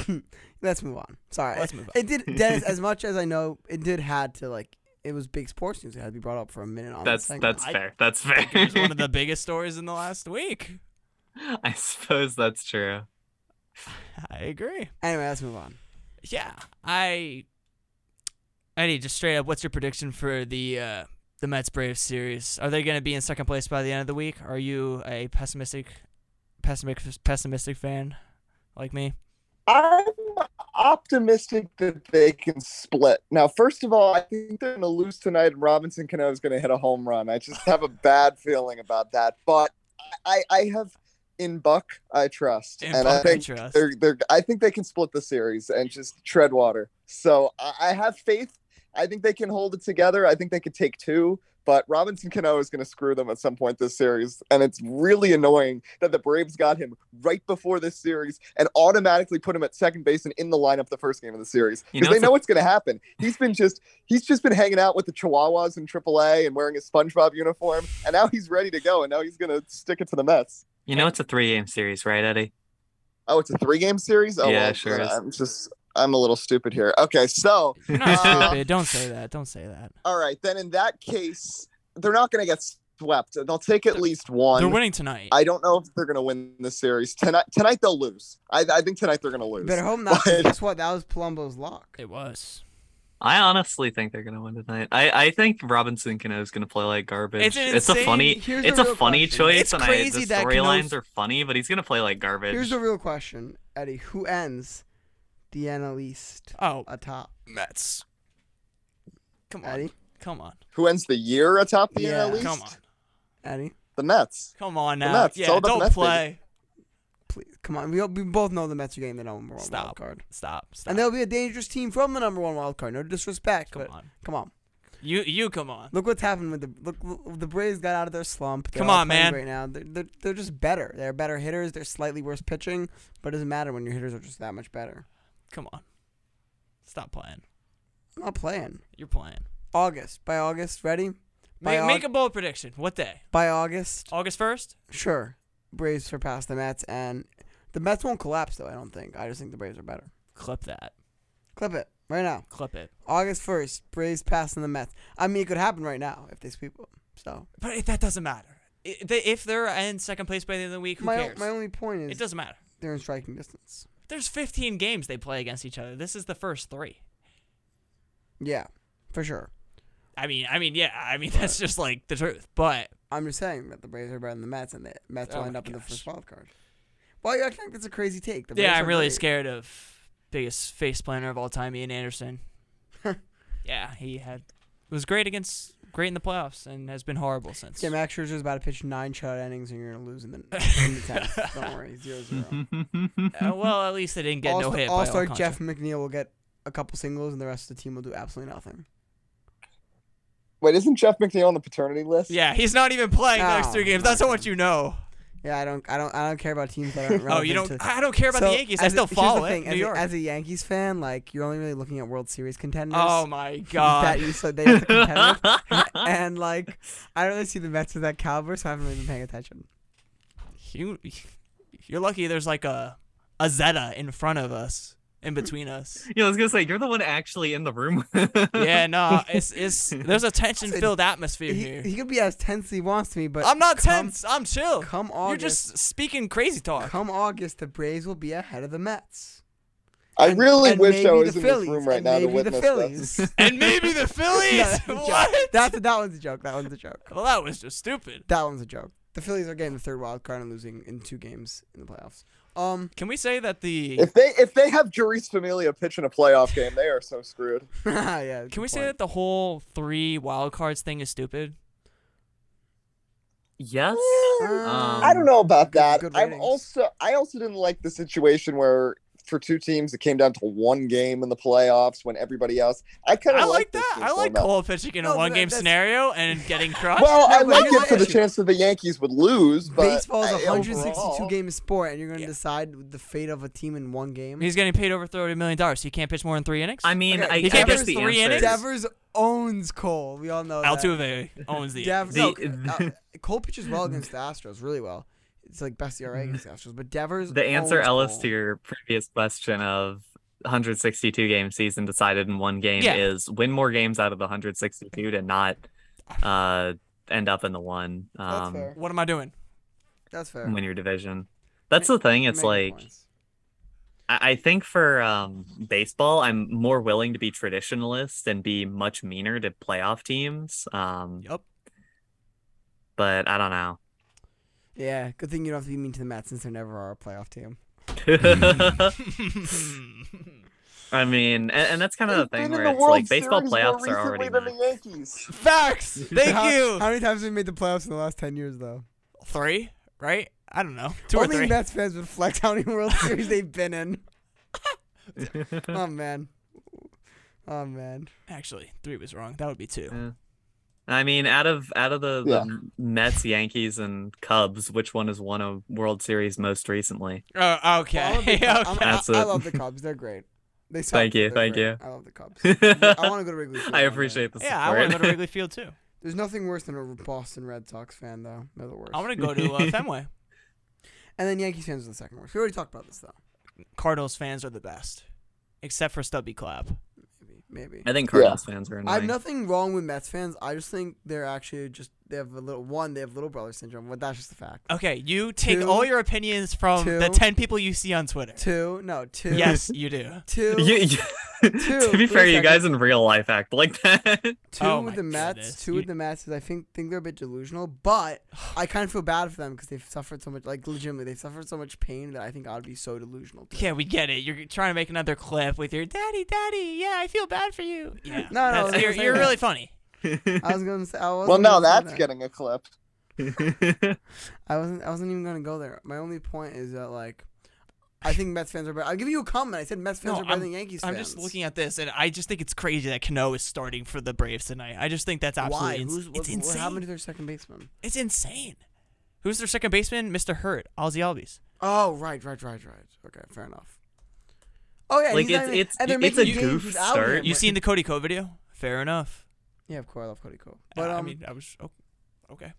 [SPEAKER 2] him.
[SPEAKER 4] Let's move on. Sorry.
[SPEAKER 2] Let's move on.
[SPEAKER 4] It did, Dennis. as much as I know, it did had to like it was big sports news. It had to be brought up for a minute on. this
[SPEAKER 5] that's
[SPEAKER 4] segment.
[SPEAKER 5] that's
[SPEAKER 2] I-
[SPEAKER 5] fair. That's fair.
[SPEAKER 2] It was one of the biggest stories in the last week.
[SPEAKER 5] I suppose that's true.
[SPEAKER 2] I agree.
[SPEAKER 4] Anyway, let's move on.
[SPEAKER 2] Yeah, I. Eddie, just straight up, what's your prediction for the uh, the Mets Braves series? Are they going to be in second place by the end of the week? Are you a pessimistic, pessimistic, pessimistic fan like me?
[SPEAKER 3] I'm optimistic that they can split. Now, first of all, I think they're going to lose tonight, and Robinson Cano is going to hit a home run. I just have a bad feeling about that. But I, I have in Buck, I trust,
[SPEAKER 2] In
[SPEAKER 3] and I
[SPEAKER 2] Buck I
[SPEAKER 3] think
[SPEAKER 2] trust.
[SPEAKER 3] they're, they're. I think they can split the series and just tread water. So I, I have faith. I think they can hold it together. I think they could take two. But Robinson Cano is going to screw them at some point this series, and it's really annoying that the Braves got him right before this series and automatically put him at second base and in the lineup the first game of the series
[SPEAKER 5] You
[SPEAKER 3] because
[SPEAKER 5] know,
[SPEAKER 3] they
[SPEAKER 5] it's a-
[SPEAKER 3] know what's going to happen. He's been just he's just been hanging out with the Chihuahuas in AAA and wearing his SpongeBob uniform, and now he's ready to go, and now he's going to stick it to the Mets.
[SPEAKER 5] You know it's a three game series, right, Eddie?
[SPEAKER 3] Oh, it's a three game series. Oh,
[SPEAKER 5] Yeah,
[SPEAKER 3] well,
[SPEAKER 5] sure is.
[SPEAKER 3] I'm just I'm a little stupid here. Okay, so
[SPEAKER 2] You're not
[SPEAKER 3] Uh,
[SPEAKER 2] stupid. Don't say that. Don't say that.
[SPEAKER 3] all right, then in that case, they're not going to get swept. They'll take at least
[SPEAKER 2] They're
[SPEAKER 3] one.
[SPEAKER 2] winning tonight.
[SPEAKER 3] I don't know if they're going to win the series tonight. Tonight they'll lose. I, I think tonight they're going to
[SPEAKER 4] You
[SPEAKER 3] lose.
[SPEAKER 4] better hope not. 'cause
[SPEAKER 3] But-
[SPEAKER 4] Guess what? That was Palumbo's lock.
[SPEAKER 2] it was.
[SPEAKER 5] I honestly think they're gonna win tonight. I, I think Robinson Cano is gonna play like garbage.
[SPEAKER 2] It's an
[SPEAKER 5] a
[SPEAKER 2] insane-
[SPEAKER 5] funny
[SPEAKER 4] here's
[SPEAKER 5] it's
[SPEAKER 4] a
[SPEAKER 5] a,
[SPEAKER 4] real
[SPEAKER 5] funny
[SPEAKER 4] question.
[SPEAKER 5] choice,
[SPEAKER 2] It's
[SPEAKER 5] and
[SPEAKER 2] crazy
[SPEAKER 5] I, the
[SPEAKER 2] that
[SPEAKER 5] storylines
[SPEAKER 2] Cano's-
[SPEAKER 5] are funny, but he's gonna play like garbage.
[SPEAKER 4] Here's the real question, Eddie. Who ends the analyst
[SPEAKER 2] Oh,
[SPEAKER 4] atop?
[SPEAKER 2] Mets. Come on.
[SPEAKER 4] Eddie,
[SPEAKER 2] Come on.
[SPEAKER 3] Who ends the year atop the
[SPEAKER 4] Yeah.
[SPEAKER 3] NL East?
[SPEAKER 2] Come on.
[SPEAKER 4] Eddie.
[SPEAKER 3] The Mets.
[SPEAKER 2] Come on
[SPEAKER 3] The
[SPEAKER 2] now.
[SPEAKER 3] Mets. It's
[SPEAKER 2] Yeah,
[SPEAKER 3] all about the
[SPEAKER 2] don't
[SPEAKER 3] Mets, baby.
[SPEAKER 2] play.
[SPEAKER 4] Please, come on. We, we both know the Mets are getting the number one
[SPEAKER 2] Stop.
[SPEAKER 4] wild card,
[SPEAKER 2] Stop. Stop.
[SPEAKER 4] and they'll be a dangerous team from the number one wild card. No disrespect,
[SPEAKER 2] come
[SPEAKER 4] but
[SPEAKER 2] on.
[SPEAKER 4] come on.
[SPEAKER 2] You you come on.
[SPEAKER 4] Look what's happened with the look. look the Braves got out of their slump. They're
[SPEAKER 2] Come
[SPEAKER 4] all
[SPEAKER 2] on,
[SPEAKER 4] playing
[SPEAKER 2] man.
[SPEAKER 4] Right now, they're, they're they're just better. They're better hitters. They're slightly worse pitching, but it doesn't matter when your hitters are just that much better.
[SPEAKER 2] Come on. Stop playing.
[SPEAKER 4] I'm not playing.
[SPEAKER 2] You're playing.
[SPEAKER 4] August by August, ready? By
[SPEAKER 2] Make,
[SPEAKER 4] Aug-
[SPEAKER 2] make a bold prediction. What day?
[SPEAKER 4] by August,
[SPEAKER 2] August first.
[SPEAKER 4] sure. Braves surpass the Mets, and the Mets won't collapse though. I don't think. I just think the Braves are better.
[SPEAKER 2] Clip that.
[SPEAKER 4] Clip it right now.
[SPEAKER 2] Clip it.
[SPEAKER 4] August first, Braves passing the Mets. I mean, it could happen right now if they sweep them. So
[SPEAKER 2] But it, that doesn't matter. I they, if they're in second place by the end of the week, who
[SPEAKER 4] my
[SPEAKER 2] cares?
[SPEAKER 4] my only point
[SPEAKER 2] it
[SPEAKER 4] is
[SPEAKER 2] doesn't matter.
[SPEAKER 4] they're in striking distance.
[SPEAKER 2] There's 15 games they play against each other. This is the first three.
[SPEAKER 4] Yeah, for sure.
[SPEAKER 2] I mean, I mean, yeah. I mean, that's just like the truth. But
[SPEAKER 4] I'm just saying that the Braves are better than the Mets, and the Mets
[SPEAKER 2] Oh
[SPEAKER 4] will end
[SPEAKER 2] my
[SPEAKER 4] up in the
[SPEAKER 2] gosh.
[SPEAKER 4] first wild card. Well, yeah, I think that's a crazy take. The
[SPEAKER 2] yeah,
[SPEAKER 4] Braves
[SPEAKER 2] I'm
[SPEAKER 4] are
[SPEAKER 2] really
[SPEAKER 4] great.
[SPEAKER 2] scared of biggest face planner of all time, Ian Anderson. yeah, he had was great against great in the playoffs and has been horrible since.
[SPEAKER 4] Yeah, Max Scherzer's about to pitch nine shutout innings, and you're gonna lose in the, in the tenth. Don't worry, zero zero.
[SPEAKER 2] Uh, well, at least they didn't get no hit. by
[SPEAKER 4] All star
[SPEAKER 2] Alcantara.
[SPEAKER 4] Jeff McNeil will get a couple singles, and the rest of the team will do absolutely nothing.
[SPEAKER 3] Wait, isn't Jeff McNeil on the paternity list?
[SPEAKER 2] Yeah, he's not even playing the next
[SPEAKER 4] Oh,
[SPEAKER 2] three games. That's how much you know.
[SPEAKER 4] Yeah, I don't, I don't, I don't care about teams that aren't.
[SPEAKER 2] Oh, you
[SPEAKER 4] relevant
[SPEAKER 2] don't.
[SPEAKER 4] to-
[SPEAKER 2] I don't care about
[SPEAKER 4] So,
[SPEAKER 2] the Yankees. I
[SPEAKER 4] as a-
[SPEAKER 2] still
[SPEAKER 4] here's the
[SPEAKER 2] follow it.
[SPEAKER 4] thing,
[SPEAKER 2] New
[SPEAKER 4] as,
[SPEAKER 2] York.
[SPEAKER 4] A, as a Yankees fan, like you're only really looking at World Series contenders.
[SPEAKER 2] oh my
[SPEAKER 4] That
[SPEAKER 2] god.
[SPEAKER 4] you said they have to contend with. and like I don't really see the Mets as that caliber, so I haven't really been paying attention.
[SPEAKER 2] You, you're lucky. There's like a a Zeta in front of us, in between us.
[SPEAKER 5] Yeah, I was gonna say you're the one actually in the room.
[SPEAKER 2] Yeah, no, it's it's there's a tension filled atmosphere
[SPEAKER 4] He,
[SPEAKER 2] here.
[SPEAKER 4] he could be as tense as he wants to be, but
[SPEAKER 2] I'm not
[SPEAKER 4] come-
[SPEAKER 2] tense. I'm chill.
[SPEAKER 4] Come
[SPEAKER 2] You're
[SPEAKER 4] August,
[SPEAKER 2] just speaking crazy talk.
[SPEAKER 4] come August, the Braves will be ahead of the Mets.
[SPEAKER 3] I
[SPEAKER 4] And-
[SPEAKER 3] really
[SPEAKER 4] and
[SPEAKER 3] wish
[SPEAKER 4] maybe
[SPEAKER 3] I was
[SPEAKER 4] the
[SPEAKER 3] in
[SPEAKER 4] Phillies,
[SPEAKER 3] this room right
[SPEAKER 4] and
[SPEAKER 3] now to
[SPEAKER 4] maybe the
[SPEAKER 3] witness this.
[SPEAKER 4] Phillies.
[SPEAKER 2] and maybe the
[SPEAKER 4] No,
[SPEAKER 2] Phillies.
[SPEAKER 4] that's a joke.
[SPEAKER 2] what?
[SPEAKER 4] That's that one's a joke. That one's a joke.
[SPEAKER 2] well, that was just stupid.
[SPEAKER 4] That one's a joke. The Phillies are getting the third wild card and losing in two games in the playoffs. Um,
[SPEAKER 2] Can we say that the
[SPEAKER 3] If they if they have Jurice Familia pitch in a playoff game, they are so screwed.
[SPEAKER 4] yeah. good
[SPEAKER 2] can we say
[SPEAKER 4] point.
[SPEAKER 2] that the whole three wild cards thing is stupid?
[SPEAKER 5] yes.
[SPEAKER 4] Um,
[SPEAKER 3] I don't know about
[SPEAKER 4] good-
[SPEAKER 3] that.
[SPEAKER 4] good
[SPEAKER 3] I'm
[SPEAKER 4] ratings.
[SPEAKER 3] also I also didn't like the situation where for two teams it came down to one game in the playoffs when everybody else. I kind
[SPEAKER 2] I
[SPEAKER 3] of
[SPEAKER 2] like
[SPEAKER 3] this
[SPEAKER 2] that.
[SPEAKER 3] new
[SPEAKER 2] I like
[SPEAKER 3] format.
[SPEAKER 2] Cole pitching in
[SPEAKER 4] No,
[SPEAKER 2] a
[SPEAKER 4] but
[SPEAKER 2] one game
[SPEAKER 4] that's-
[SPEAKER 2] scenario and getting crushed.
[SPEAKER 3] Well, I
[SPEAKER 4] but
[SPEAKER 3] like
[SPEAKER 4] here's
[SPEAKER 3] it
[SPEAKER 4] my
[SPEAKER 3] for the
[SPEAKER 4] issue.
[SPEAKER 3] chance that the Yankees would lose, but
[SPEAKER 4] Baseball is
[SPEAKER 3] I-
[SPEAKER 4] 162
[SPEAKER 3] overall-
[SPEAKER 4] game sport, and you're going to
[SPEAKER 2] Yeah.
[SPEAKER 4] decide the fate of a team in one game.
[SPEAKER 2] He's getting paid over thirty million dollars. He can't pitch more than three innings.
[SPEAKER 5] I mean,
[SPEAKER 4] Okay,
[SPEAKER 5] I,
[SPEAKER 4] you
[SPEAKER 5] I
[SPEAKER 4] can't
[SPEAKER 5] guess
[SPEAKER 2] pitch
[SPEAKER 5] the
[SPEAKER 2] three
[SPEAKER 5] answer.
[SPEAKER 2] innings?
[SPEAKER 4] Devers owns Cole. We all know that.
[SPEAKER 2] Altuve owns the.
[SPEAKER 4] Devers,
[SPEAKER 5] The-
[SPEAKER 4] no, uh, Cole pitches well against the Astros, really well. It's like best ERA against the Astros, but Devers.
[SPEAKER 5] Mm-hmm. the answer,
[SPEAKER 4] owns
[SPEAKER 5] Ellis,
[SPEAKER 4] Cole.
[SPEAKER 5] to your previous question of 162 game season decided in one game
[SPEAKER 2] Yeah.
[SPEAKER 5] is win more games out of the 162 to not uh, end up in the one
[SPEAKER 4] That's
[SPEAKER 5] um,
[SPEAKER 4] fair.
[SPEAKER 2] What am I doing?
[SPEAKER 4] That's fair.
[SPEAKER 5] win your division. That's the thing. It's
[SPEAKER 4] Making
[SPEAKER 5] like
[SPEAKER 4] points.
[SPEAKER 5] I I think for um, baseball, I'm more willing to be traditionalist and be much meaner to playoff teams. Um,
[SPEAKER 2] Yup.
[SPEAKER 5] But I don't know.
[SPEAKER 4] Yeah, good thing you don't have to be mean to the Mets since they never are a playoff team.
[SPEAKER 5] I mean, and, and that's kind of the
[SPEAKER 3] They've
[SPEAKER 5] thing
[SPEAKER 3] been in the
[SPEAKER 5] where it's
[SPEAKER 3] World
[SPEAKER 5] like baseball
[SPEAKER 3] Series more
[SPEAKER 5] playoffs are
[SPEAKER 3] recently
[SPEAKER 5] already
[SPEAKER 3] than
[SPEAKER 5] not-
[SPEAKER 3] the Yankees.
[SPEAKER 2] Facts. Thank
[SPEAKER 4] how,
[SPEAKER 2] you.
[SPEAKER 4] How many times have we made the playoffs in the last 10 years, though?
[SPEAKER 2] Three, right? I don't know. Two
[SPEAKER 4] Only
[SPEAKER 2] or three.
[SPEAKER 4] Mets fans would flex how many World Series they've been in. oh, man. Oh, man.
[SPEAKER 2] Actually, three was wrong. That would be two.
[SPEAKER 5] I mean, out of out of the, the
[SPEAKER 3] Yeah.
[SPEAKER 5] Mets, Yankees, and Cubs, which one has won a World Series most recently?
[SPEAKER 2] Oh,
[SPEAKER 4] Well, I
[SPEAKER 2] okay.
[SPEAKER 4] love the Cubs. I'm-
[SPEAKER 2] okay.
[SPEAKER 4] I-
[SPEAKER 5] That's
[SPEAKER 4] I,
[SPEAKER 5] it.
[SPEAKER 4] love the Cubs. They're great. They suck,
[SPEAKER 5] Thank you,
[SPEAKER 4] but
[SPEAKER 5] thank
[SPEAKER 4] they're
[SPEAKER 5] you.
[SPEAKER 4] great. I love the Cubs. I
[SPEAKER 5] I
[SPEAKER 4] want to go to Wrigley Field. one day.
[SPEAKER 5] appreciate the
[SPEAKER 2] Yeah, I want to go
[SPEAKER 5] support.
[SPEAKER 2] to Wrigley Field too.
[SPEAKER 4] There's nothing worse than a Boston Red Sox fan, though. They're the worst.
[SPEAKER 2] I want to go to uh, Fenway.
[SPEAKER 4] and then Yankees fans are the second worst. We already talked about this, though.
[SPEAKER 2] Cardinals fans are the best, except for Stubby Clap.
[SPEAKER 4] Maybe, maybe.
[SPEAKER 5] I think Cardinals fans are
[SPEAKER 4] I have
[SPEAKER 5] annoying.
[SPEAKER 4] nothing wrong with Mets fans. I just think they're actually just they have a little one. They have little brother syndrome, but that's just a fact.
[SPEAKER 2] Okay, you take
[SPEAKER 4] Two.
[SPEAKER 2] all your opinions from the
[SPEAKER 4] Two.
[SPEAKER 2] ten people you see on Twitter.
[SPEAKER 4] Two, no, two.
[SPEAKER 2] Yes, you do.
[SPEAKER 4] two.
[SPEAKER 5] You- you-
[SPEAKER 4] Two,
[SPEAKER 5] to be
[SPEAKER 4] wait a
[SPEAKER 5] fair, you
[SPEAKER 4] second.
[SPEAKER 5] guys in real life act like that.
[SPEAKER 4] Two
[SPEAKER 2] Oh
[SPEAKER 4] with
[SPEAKER 2] my
[SPEAKER 4] the Mets.
[SPEAKER 2] goodness.
[SPEAKER 4] Two
[SPEAKER 2] You-
[SPEAKER 4] with the Mets. 'cause I think think they're a bit delusional, but I kind of feel bad for them because they've suffered so much. Like legitimately, they've suffered so much pain that I think I'd be so delusional. Too.
[SPEAKER 2] Yeah, we get it. You're trying to make another clip with your daddy, daddy. Yeah, I feel bad for you. Yeah,
[SPEAKER 4] No, no,
[SPEAKER 2] that's-
[SPEAKER 4] I was
[SPEAKER 2] you're,
[SPEAKER 4] saying
[SPEAKER 2] you're
[SPEAKER 4] that.
[SPEAKER 2] really funny.
[SPEAKER 4] I was gonna say. I
[SPEAKER 3] Well, now
[SPEAKER 4] gonna say
[SPEAKER 3] that's
[SPEAKER 4] that.
[SPEAKER 3] getting a clip.
[SPEAKER 4] I wasn't. I wasn't even gonna go there. My only point is that like, I think Mets fans are better. I'll give you a comment. I said Mets fans
[SPEAKER 2] No,
[SPEAKER 4] are better
[SPEAKER 2] I'm-
[SPEAKER 4] than Yankees
[SPEAKER 2] I'm
[SPEAKER 4] fans.
[SPEAKER 2] just looking at this, and I just think it's crazy that Cano is starting for the Braves tonight. I just think that's absolutely
[SPEAKER 4] Why?
[SPEAKER 2] ins-
[SPEAKER 4] Who's,
[SPEAKER 2] it's
[SPEAKER 4] what, what
[SPEAKER 2] insane.
[SPEAKER 4] happened to their second baseman?
[SPEAKER 2] it's insane. Who's their second baseman? Mr. Hurt, Ozzy Albies.
[SPEAKER 4] Oh, right, right, right, right. Okay, fair enough. Oh yeah, and
[SPEAKER 5] Like,
[SPEAKER 4] he's not
[SPEAKER 5] it's-
[SPEAKER 4] even-
[SPEAKER 5] it's-
[SPEAKER 4] and they're
[SPEAKER 5] it's a
[SPEAKER 4] making games
[SPEAKER 5] goof
[SPEAKER 4] without
[SPEAKER 5] start.
[SPEAKER 4] him.
[SPEAKER 2] You seen the Cody Co video? Fair enough.
[SPEAKER 4] Yeah, of course, I love Cody Cole.
[SPEAKER 2] But
[SPEAKER 4] But um,
[SPEAKER 2] I mean, I was oh, okay.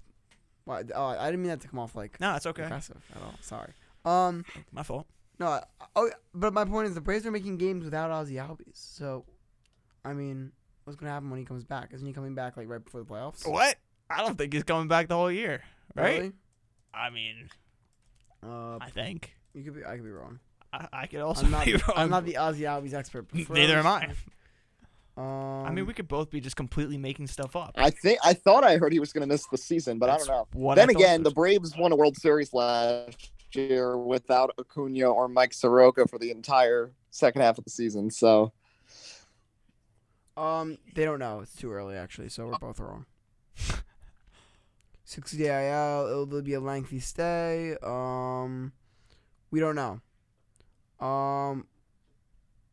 [SPEAKER 4] why- oh, I didn't mean that to come off like
[SPEAKER 2] No, it's okay.
[SPEAKER 4] aggressive at all. Sorry. Um,
[SPEAKER 2] My fault.
[SPEAKER 4] no. I, oh, but my point is the Braves are making games without Ozzy Albies. So, I mean, what's gonna happen when he comes back? Isn't he coming back like right before the playoffs?
[SPEAKER 2] What? I don't think he's coming back the whole year, right?
[SPEAKER 4] Really?
[SPEAKER 2] I mean,
[SPEAKER 4] Uh,
[SPEAKER 2] I think
[SPEAKER 4] you could be. I could be wrong.
[SPEAKER 2] I, I could also
[SPEAKER 4] I'm not.
[SPEAKER 2] be wrong.
[SPEAKER 4] I'm not the Ozzy Albies expert. but for
[SPEAKER 2] Neither
[SPEAKER 4] us-
[SPEAKER 2] am I.
[SPEAKER 4] Um,
[SPEAKER 2] I mean, we could both be just completely making stuff up.
[SPEAKER 3] I think I thought I heard he was going to miss the season, but I
[SPEAKER 2] That's
[SPEAKER 3] don't know.
[SPEAKER 2] what I
[SPEAKER 3] then
[SPEAKER 2] thought
[SPEAKER 3] again,
[SPEAKER 2] so.
[SPEAKER 3] the Braves won a World Series last year without Acuna or Mike Soroka for the entire second half of the season. So
[SPEAKER 4] Um, they don't know. It's too early, actually. So we're both wrong. Sixty day IL. It'll be a lengthy stay. Um, we don't know. Um,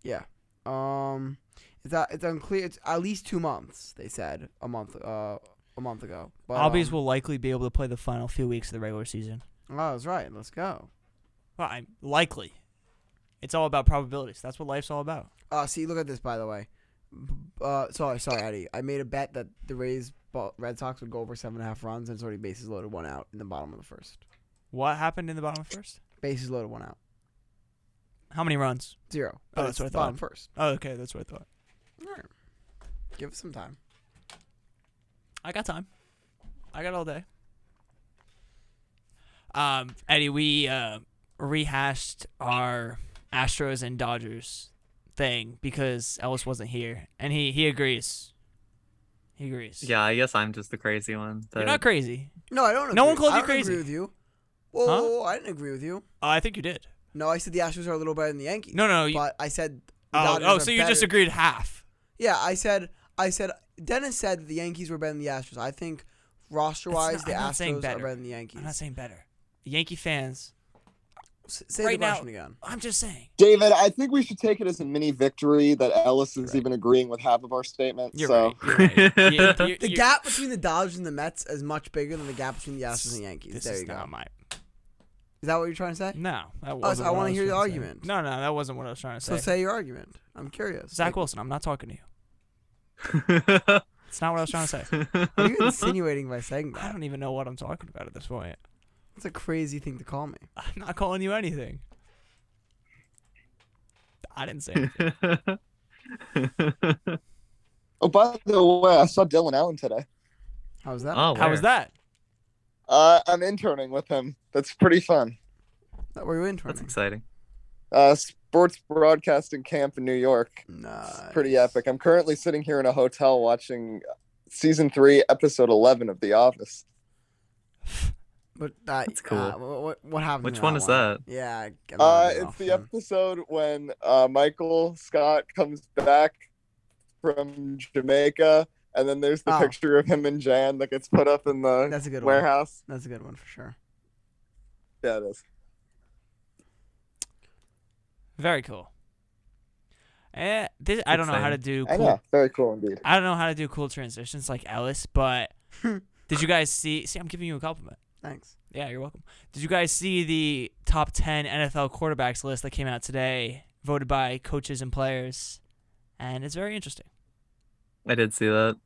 [SPEAKER 4] yeah. Um, it's uh, it's unclear. It's at least two months. They said a month. Uh, a month ago. But,
[SPEAKER 2] Albies
[SPEAKER 4] um,
[SPEAKER 2] will likely be able to play the final few weeks of the regular season.
[SPEAKER 4] Oh, that's right. Let's go.
[SPEAKER 2] Well, I'm likely. It's all about probabilities. That's what life's all about.
[SPEAKER 4] Uh, see, look at this, by the way. B- Uh, sorry, sorry, Eddie. I made a bet that the Rays, ball, Red Sox would go over seven and a half runs, and it's already bases loaded, one out in the bottom of the first.
[SPEAKER 2] What happened in the bottom first?
[SPEAKER 4] Bases loaded, one out,
[SPEAKER 2] How many runs?
[SPEAKER 4] zero.
[SPEAKER 2] Oh,
[SPEAKER 4] But
[SPEAKER 2] that's
[SPEAKER 4] it's
[SPEAKER 2] what I
[SPEAKER 4] the bottom
[SPEAKER 2] thought.
[SPEAKER 4] first.
[SPEAKER 2] Oh, okay, that's what I thought.
[SPEAKER 4] All right. Give it some time.
[SPEAKER 2] I got time. I got all day. Um, Eddie, we uh, rehashed our Astros and Dodgers thing because Ellis wasn't here, and he he agrees. He agrees.
[SPEAKER 5] yeah, I guess I'm just the crazy one.
[SPEAKER 2] you're
[SPEAKER 5] that-
[SPEAKER 2] not crazy.
[SPEAKER 4] No, I don't.
[SPEAKER 2] No
[SPEAKER 4] agree-
[SPEAKER 2] one called
[SPEAKER 4] I
[SPEAKER 2] you
[SPEAKER 4] don't
[SPEAKER 2] crazy.
[SPEAKER 4] Agree with you. Whoa,
[SPEAKER 2] Huh?
[SPEAKER 4] whoa, whoa, I didn't agree with you.
[SPEAKER 2] Uh, I think you did.
[SPEAKER 4] No, I said the Astros are a little better than the Yankees.
[SPEAKER 2] No, no, no. You,
[SPEAKER 4] but I said. the
[SPEAKER 2] oh,
[SPEAKER 4] Dodgers
[SPEAKER 2] oh,
[SPEAKER 4] are
[SPEAKER 2] so you
[SPEAKER 4] better-
[SPEAKER 2] just agreed half.
[SPEAKER 4] Yeah, I said. I said. Dennis said that the Yankees were better than the Astros. I think roster-wise,
[SPEAKER 2] not-
[SPEAKER 4] the
[SPEAKER 2] I'm not saying
[SPEAKER 4] Astros are
[SPEAKER 2] better.
[SPEAKER 4] better than the Yankees.
[SPEAKER 2] I'm not saying better. Yankee fans,
[SPEAKER 4] S- say
[SPEAKER 2] right
[SPEAKER 4] the
[SPEAKER 2] now-
[SPEAKER 4] question again.
[SPEAKER 2] I'm just saying.
[SPEAKER 3] David, I think we should take it as a mini victory that Ellis is even agreeing with half of our statements.
[SPEAKER 2] You're
[SPEAKER 3] so
[SPEAKER 2] right. You're right. You- you-
[SPEAKER 4] The
[SPEAKER 2] you-
[SPEAKER 4] gap between the Dodgers and the Mets is much bigger than the gap between the Astros and the Yankees.
[SPEAKER 2] This
[SPEAKER 4] there
[SPEAKER 2] is
[SPEAKER 4] you go.
[SPEAKER 2] not my.
[SPEAKER 4] is that what you're trying to say?
[SPEAKER 2] No, that
[SPEAKER 4] so
[SPEAKER 2] wasn't.
[SPEAKER 4] I
[SPEAKER 2] what
[SPEAKER 4] wanna
[SPEAKER 2] was
[SPEAKER 4] hear the
[SPEAKER 2] trying to say.
[SPEAKER 4] argument.
[SPEAKER 2] No, no, that wasn't what I was trying to
[SPEAKER 4] So
[SPEAKER 2] say.
[SPEAKER 4] say your argument. I'm curious.
[SPEAKER 2] Zach
[SPEAKER 4] Like,
[SPEAKER 2] Wilson, I'm not talking to you. It's not what I was trying to say.
[SPEAKER 4] what are you insinuating by saying
[SPEAKER 2] I
[SPEAKER 4] that?
[SPEAKER 2] don't even know what I'm talking about at this point.
[SPEAKER 4] That's a crazy thing to call me.
[SPEAKER 2] I'm not calling you anything. I didn't say. it.
[SPEAKER 3] Oh, by the way, I saw Dylan Allen today.
[SPEAKER 4] How's that?
[SPEAKER 5] oh,
[SPEAKER 2] How was
[SPEAKER 5] where?
[SPEAKER 2] that?
[SPEAKER 3] Uh, I'm interning with him. That's pretty fun.
[SPEAKER 4] that were you
[SPEAKER 5] That's
[SPEAKER 4] interning?
[SPEAKER 5] exciting.
[SPEAKER 3] Uh, sports broadcasting camp in New York.
[SPEAKER 4] Nice.
[SPEAKER 3] It's pretty epic. I'm currently sitting here in a hotel watching season three, episode 11 of The Office.
[SPEAKER 4] But that,
[SPEAKER 5] That's cool.
[SPEAKER 4] uh, wha- what, what happened?
[SPEAKER 5] Which
[SPEAKER 4] in
[SPEAKER 5] one
[SPEAKER 4] that
[SPEAKER 5] is that?
[SPEAKER 4] Yeah. I- I'm not
[SPEAKER 3] Uh,
[SPEAKER 4] really
[SPEAKER 3] it's the
[SPEAKER 4] off on-
[SPEAKER 3] episode when uh, Michael Scott comes back from Jamaica, and then there's the
[SPEAKER 4] Oh.
[SPEAKER 3] picture of him and Jan that gets put up in the
[SPEAKER 4] That's a good one.
[SPEAKER 3] warehouse.
[SPEAKER 4] That's a good one for sure.
[SPEAKER 3] Yeah, it is.
[SPEAKER 2] Very cool. Eh, this, I don't know how to do.
[SPEAKER 3] I
[SPEAKER 2] Cool,
[SPEAKER 3] know. Very cool indeed.
[SPEAKER 2] I don't know how to do cool transitions like Ellis, but did you guys see? See, I'm giving you a compliment.
[SPEAKER 4] Thanks.
[SPEAKER 2] Yeah, you're welcome. Did you guys see the top 10 NFL quarterbacks list that came out today, voted by coaches and players? And it's very interesting.
[SPEAKER 5] I did see that.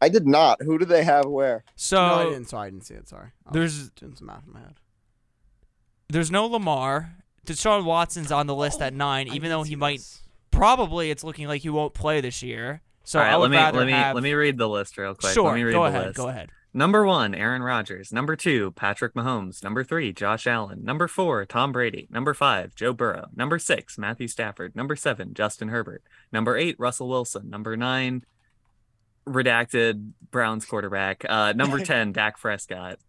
[SPEAKER 3] I did not. Who do they have where?
[SPEAKER 2] So
[SPEAKER 4] no, I didn't. Sorry, I didn't see it. Sorry. I was
[SPEAKER 2] there's
[SPEAKER 4] doing some math in my head.
[SPEAKER 2] there's no Lamar. Deshaun Watson's on the list at nine,
[SPEAKER 4] Oh, I
[SPEAKER 2] even
[SPEAKER 4] did
[SPEAKER 2] though
[SPEAKER 4] see
[SPEAKER 2] he might
[SPEAKER 4] this.
[SPEAKER 2] probably it's looking like he won't play this year. So
[SPEAKER 5] All right,
[SPEAKER 2] I would
[SPEAKER 5] let me
[SPEAKER 2] rather
[SPEAKER 5] let me
[SPEAKER 2] have,
[SPEAKER 5] let me read the list real quick.
[SPEAKER 2] sure
[SPEAKER 5] let me read
[SPEAKER 2] go
[SPEAKER 5] the
[SPEAKER 2] ahead
[SPEAKER 5] list.
[SPEAKER 2] go ahead.
[SPEAKER 5] Number one, Aaron Rodgers. Number two, Patrick Mahomes. Number three, Josh Allen. Number four, Tom Brady. Number five, Joe Burrow. Number six, Matthew Stafford. Number seven, Justin Herbert. Number eight, Russell Wilson. Number nine, redacted Browns quarterback. Uh, number 10, Dak Prescott.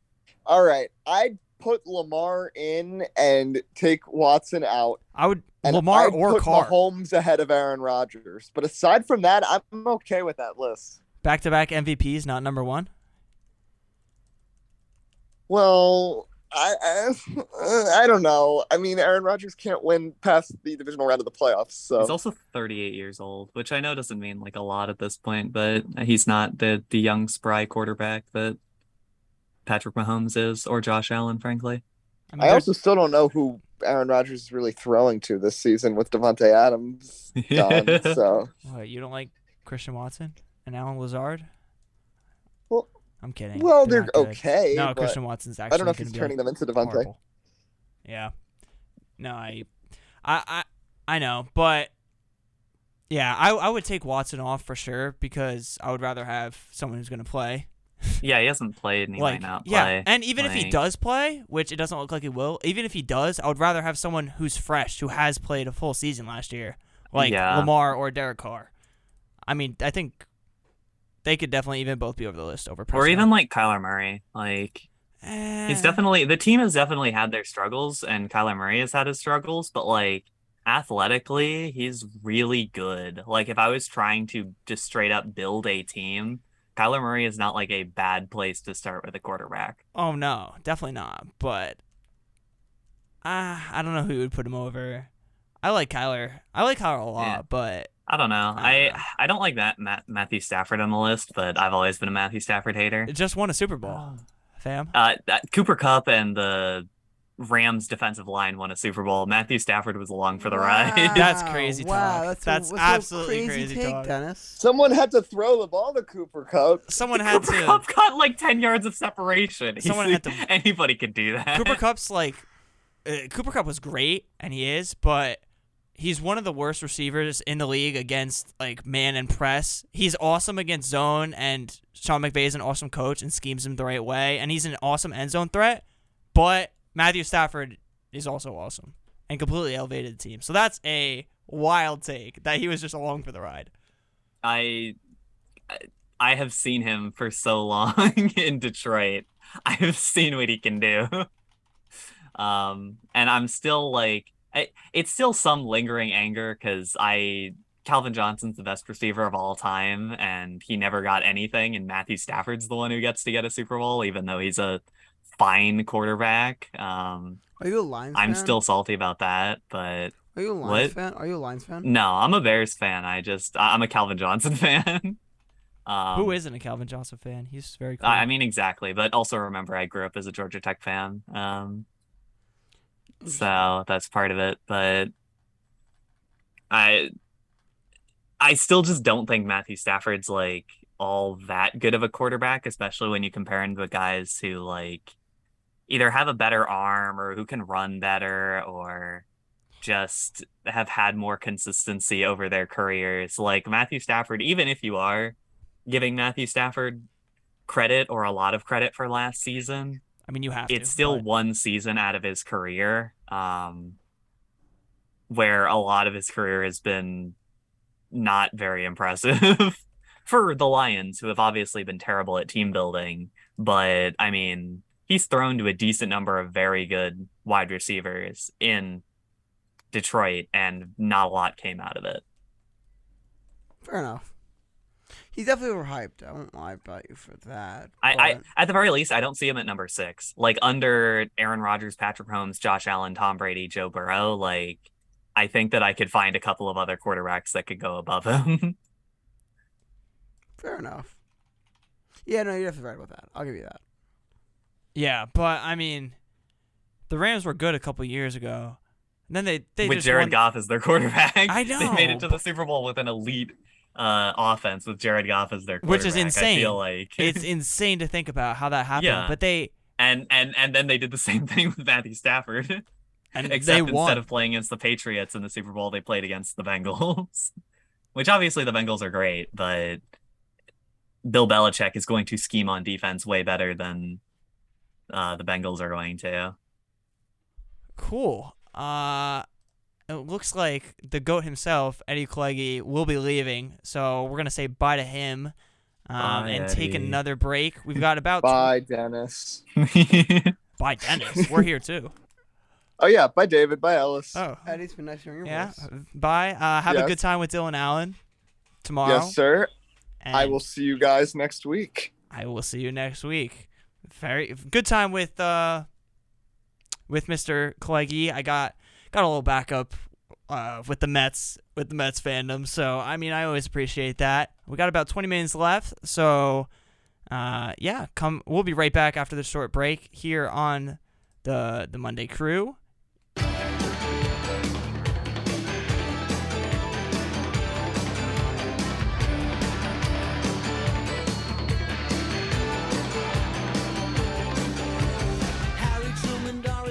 [SPEAKER 3] All right, I'd put Lamar in and take Watson out.
[SPEAKER 2] I would
[SPEAKER 3] And
[SPEAKER 2] Lamar
[SPEAKER 3] I'd
[SPEAKER 2] or
[SPEAKER 3] put
[SPEAKER 2] Carr
[SPEAKER 3] Mahomes ahead of Aaron Rodgers. But aside from that, I'm okay with that list.
[SPEAKER 2] back to back MVPs, not number one.
[SPEAKER 3] Well, I, I I don't know. I mean, Aaron Rodgers can't win past the divisional round of the playoffs. So
[SPEAKER 5] He's also 38 years old, which I know doesn't mean like a lot at this point, but he's not the the young spry quarterback that Patrick Mahomes is or Josh Allen, frankly.
[SPEAKER 2] I mean,
[SPEAKER 3] I
[SPEAKER 2] they're-
[SPEAKER 3] also still don't know who Aaron Rodgers is really throwing to this season with Devonte Adams gone. so
[SPEAKER 2] What, you don't like Christian Watson and Alan Lazard?
[SPEAKER 3] Well-
[SPEAKER 2] I'm kidding.
[SPEAKER 3] well, they're
[SPEAKER 2] not good.
[SPEAKER 3] okay.
[SPEAKER 2] No,
[SPEAKER 3] but
[SPEAKER 2] Christian Watson's actually.
[SPEAKER 3] I don't know if
[SPEAKER 2] gonna
[SPEAKER 3] he's
[SPEAKER 2] be,
[SPEAKER 3] turning them into
[SPEAKER 2] like,
[SPEAKER 3] Devonte.
[SPEAKER 2] horrible. Yeah. No, I, I, I, I know, but yeah, I, I would take Watson off for sure because I would rather have someone who's gonna play.
[SPEAKER 5] yeah, he hasn't played and he
[SPEAKER 2] like,
[SPEAKER 5] might not
[SPEAKER 2] yeah,
[SPEAKER 5] play.
[SPEAKER 2] and even if he
[SPEAKER 5] Like-
[SPEAKER 2] does play, which it doesn't look like he will, even if he does, I would rather have someone who's fresh who has played a full season last year, like
[SPEAKER 5] Yeah.
[SPEAKER 2] Lamar or Derek Carr. I mean, I think they could definitely even both be over the list over.
[SPEAKER 5] Or
[SPEAKER 2] Prescott.
[SPEAKER 5] even like Kyler Murray. Like he's
[SPEAKER 2] Eh.
[SPEAKER 5] definitely the team has definitely had their struggles and Kyler Murray has had his struggles, but like athletically, he's really good. Like if I was trying to just straight up build a team, Kyler Murray is not like a bad place to start with a quarterback.
[SPEAKER 2] Oh no, definitely not. But uh, I don't know who would put him over. I like Kyler. I like Kyler a lot,
[SPEAKER 5] Yeah.
[SPEAKER 2] but
[SPEAKER 5] I don't know.
[SPEAKER 2] I
[SPEAKER 5] I
[SPEAKER 2] don't know.
[SPEAKER 5] I don't like that Matt, Matthew Stafford on the list, but I've always been a Matthew Stafford hater.
[SPEAKER 2] it just won a Super
[SPEAKER 5] Oh.
[SPEAKER 2] Bowl, fam.
[SPEAKER 5] Uh, that Cooper Cup and the Rams defensive line won a Super Bowl. Matthew Stafford was along for the ride.
[SPEAKER 2] That's crazy
[SPEAKER 4] Wow,
[SPEAKER 2] talk.
[SPEAKER 4] that's, a-
[SPEAKER 2] That's
[SPEAKER 4] a
[SPEAKER 2] absolutely
[SPEAKER 4] crazy,
[SPEAKER 2] crazy
[SPEAKER 4] take,
[SPEAKER 2] talk.
[SPEAKER 4] Dennis.
[SPEAKER 3] Someone had to throw the ball to Cooper Cup.
[SPEAKER 2] Someone had
[SPEAKER 5] Cooper
[SPEAKER 2] to.
[SPEAKER 5] Cup got like ten yards of separation. He's-
[SPEAKER 2] Someone had to-
[SPEAKER 5] Anybody could do that.
[SPEAKER 2] Cooper Cup's like, uh, Cooper Cup was great, and he is, but he's one of the worst receivers in the league against like man and press. He's awesome against zone, and Sean McVay is an awesome coach and schemes him the right way, and he's an awesome end zone threat. But Matthew Stafford is also awesome and completely elevated the team. So that's a wild take that he was just along for the ride.
[SPEAKER 5] I I have seen him for so long in Detroit. I have seen what he can do. Um, and I'm still like, I, it's still some lingering anger because I Calvin Johnson's the best receiver of all time, and he never got anything. And Matthew Stafford's the one who gets to get a Super Bowl, even though he's a fine quarterback. Um,
[SPEAKER 4] Are you a Lions fan?
[SPEAKER 5] I'm still salty about that, but
[SPEAKER 4] Are you a Lions
[SPEAKER 5] what?
[SPEAKER 4] fan? Are you a Lions fan?
[SPEAKER 5] no, I'm a Bears fan. I just I- I'm a Calvin Johnson fan. Um,
[SPEAKER 2] Who isn't a Calvin Johnson fan? He's very cool.
[SPEAKER 5] I I mean, exactly. But also remember, I grew up as a Georgia Tech fan. Um, so that's part of it. But I, I still just don't think Matthew Stafford's like all that good of a quarterback, especially when you compare him to guys who like either have a better arm or who can run better or just have had more consistency over their careers. Like Matthew Stafford, even if you are giving Matthew Stafford credit or a lot of credit for last season,
[SPEAKER 2] I mean, you have to.
[SPEAKER 5] it's still
[SPEAKER 2] but-
[SPEAKER 5] one season out of his career um where a lot of his career has been not very impressive for the lions who have obviously been terrible at team building but i mean he's thrown to a decent number of very good wide receivers in detroit and not a lot came out of it
[SPEAKER 4] Fair enough. He's definitely overhyped. I won't lie about you for that.
[SPEAKER 5] I, I
[SPEAKER 4] but-
[SPEAKER 5] at the very least, I don't see him at number six. Like under Aaron Rodgers, Patrick Holmes, Josh Allen, Tom Brady, Joe Burrow. Like I think that I could find a couple of other quarterbacks that could go above him.
[SPEAKER 4] fair enough. Yeah, no, you're definitely right about that. I'll give you that.
[SPEAKER 2] Yeah, but I mean, the Rams were good a couple years ago. And then they they
[SPEAKER 5] with
[SPEAKER 2] just
[SPEAKER 5] Jared
[SPEAKER 2] won-
[SPEAKER 5] Goff as their quarterback,
[SPEAKER 2] I
[SPEAKER 5] they made
[SPEAKER 2] know,
[SPEAKER 5] it to the Super Bowl with an elite uh, offense with Jared Goff as their
[SPEAKER 2] Which
[SPEAKER 5] quarterback.
[SPEAKER 2] is
[SPEAKER 5] I
[SPEAKER 2] insane.
[SPEAKER 5] feel like
[SPEAKER 2] It's insane to think about how that happened.
[SPEAKER 5] Yeah.
[SPEAKER 2] But they
[SPEAKER 5] and and and then they did the same thing with Matthew Stafford.
[SPEAKER 2] and
[SPEAKER 5] Except
[SPEAKER 2] they
[SPEAKER 5] instead
[SPEAKER 2] won.
[SPEAKER 5] of playing against the Patriots in the Super Bowl, they played against the Bengals, which obviously the Bengals are great, but Bill Belichick is going to scheme on defense way better than uh, the Bengals are going to.
[SPEAKER 2] cool. Uh, it looks like the goat himself, Eddie Cleggie, will be leaving. So we're gonna say bye to him, um,
[SPEAKER 5] Bye,
[SPEAKER 2] and take
[SPEAKER 5] Eddie.
[SPEAKER 2] another break. We've got about
[SPEAKER 3] Bye, Dennis.
[SPEAKER 2] bye Dennis. We're here too.
[SPEAKER 3] Oh yeah, bye, David. Bye, Ellis.
[SPEAKER 2] Oh
[SPEAKER 4] Eddie, it's been nice hearing your
[SPEAKER 2] yeah.
[SPEAKER 4] voice.
[SPEAKER 2] Bye. Uh, have a
[SPEAKER 3] Yes.
[SPEAKER 2] good time with Dylan Allen tomorrow.
[SPEAKER 3] yes, sir. I
[SPEAKER 2] and
[SPEAKER 3] will see you guys next week.
[SPEAKER 2] I will see you next week. very good time with uh with Mr. Cleggie. I got got a little backup uh with the Mets with the Mets fandom. So I mean I always appreciate that. We got about twenty minutes left, so uh yeah, come we'll be right back after this short break here on the the Monday crew.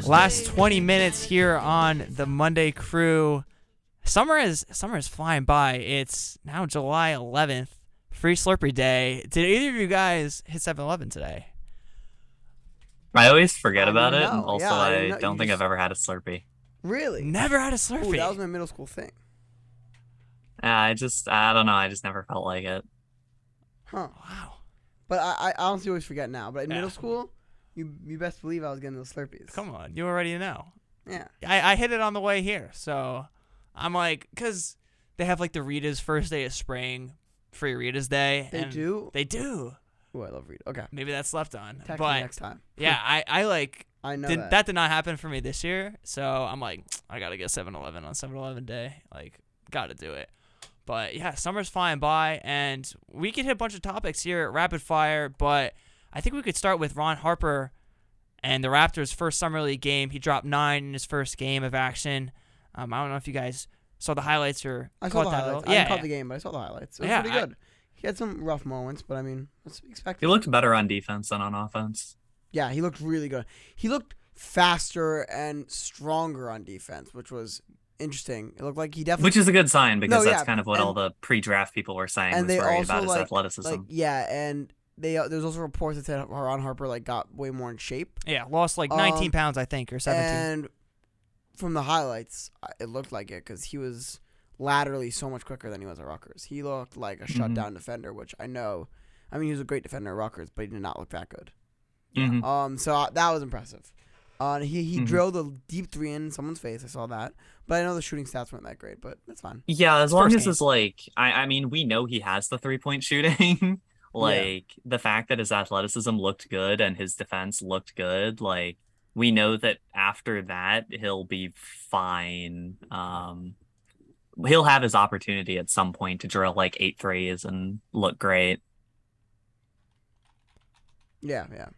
[SPEAKER 2] Last 20 minutes here on the Monday crew. Summer is summer is flying by. It's now July 11th, free Slurpee day. Did either of you guys hit 7-Eleven today?
[SPEAKER 5] I always forget
[SPEAKER 4] I
[SPEAKER 5] about
[SPEAKER 4] don't
[SPEAKER 5] it.
[SPEAKER 4] know.
[SPEAKER 5] and Also,
[SPEAKER 4] Yeah, I
[SPEAKER 5] I,
[SPEAKER 4] don't know. You
[SPEAKER 5] don't think
[SPEAKER 4] just-
[SPEAKER 5] I've ever had a Slurpee.
[SPEAKER 4] Really?
[SPEAKER 2] Never had a
[SPEAKER 4] Ooh,
[SPEAKER 2] Slurpee.
[SPEAKER 4] that was my middle school thing.
[SPEAKER 5] Uh, I just, I don't know. I just never felt like it.
[SPEAKER 4] Huh.
[SPEAKER 2] wow.
[SPEAKER 4] But I, I honestly always forget now. But in
[SPEAKER 2] Yeah.
[SPEAKER 4] middle school, you you best believe I was getting those Slurpees.
[SPEAKER 2] Come on. You already know.
[SPEAKER 4] Yeah.
[SPEAKER 2] I, I hit it on the way here. So I'm like, because they have like the Rita's first day of spring, free Rita's day.
[SPEAKER 4] They
[SPEAKER 2] and
[SPEAKER 4] do?
[SPEAKER 2] They do.
[SPEAKER 4] Ooh, I love Reed. Okay.
[SPEAKER 2] Maybe that's left on.
[SPEAKER 4] Text me
[SPEAKER 2] but
[SPEAKER 4] next time.
[SPEAKER 2] yeah, I, I like,
[SPEAKER 4] I know
[SPEAKER 2] did,
[SPEAKER 4] that.
[SPEAKER 2] that. did not happen for me this year. So I'm like, I got to get 7 Eleven on 7 Eleven day. Like, got to do it. But yeah, summer's flying by, and we could hit a bunch of topics here at rapid fire. But I think we could start with Ron Harper and the Raptors' first summer league game. He dropped nine in his first game of action. Um, I don't know if you guys saw the highlights or
[SPEAKER 4] I saw
[SPEAKER 2] caught
[SPEAKER 4] the
[SPEAKER 2] that at
[SPEAKER 4] highlights.
[SPEAKER 2] all.
[SPEAKER 4] I
[SPEAKER 2] Yeah,
[SPEAKER 4] didn't call
[SPEAKER 2] yeah.
[SPEAKER 4] the game, but I saw the highlights. It was
[SPEAKER 2] Yeah,
[SPEAKER 4] pretty
[SPEAKER 2] I-
[SPEAKER 4] good. he had some rough moments, but I mean, that's to be expected.
[SPEAKER 5] He looked better on defense than on offense.
[SPEAKER 4] yeah, he looked really good. He looked faster and stronger on defense, which was interesting. It looked like he definitely
[SPEAKER 5] Which is a good sign because that's
[SPEAKER 4] yeah,
[SPEAKER 5] kind of what all
[SPEAKER 4] and-
[SPEAKER 5] the pre-draft people were saying
[SPEAKER 4] and
[SPEAKER 5] was
[SPEAKER 4] they
[SPEAKER 5] worried
[SPEAKER 4] also,
[SPEAKER 5] about his
[SPEAKER 4] like-
[SPEAKER 5] athleticism.
[SPEAKER 4] like yeah, and they uh, there's also reports that said Ron Harper like got way more in shape.
[SPEAKER 2] Yeah, lost like
[SPEAKER 4] Um,
[SPEAKER 2] 19 pounds, I think, or 17.
[SPEAKER 4] And from the highlights, I- it looked like it because he was laterally so much quicker than he was at Rutgers. He looked like a shutdown defender, which I know. I mean, he was a great defender at Rutgers, but he did not look that good.
[SPEAKER 5] Mhm.
[SPEAKER 4] Um, so I, that was impressive. Uh, and he he
[SPEAKER 5] Mhm.
[SPEAKER 4] drilled a deep three in someone's face. I saw that, but I know the shooting stats weren't that great, but that's fine.
[SPEAKER 5] Yeah, as long
[SPEAKER 2] first
[SPEAKER 5] as it's like I, I mean, we know he has the three point shooting. like the fact that his athleticism looked good and his defense looked good, like we know that after that he'll be fine. Um he'll have his opportunity at some point to drill like eight threes and look great.
[SPEAKER 4] Yeah, yeah.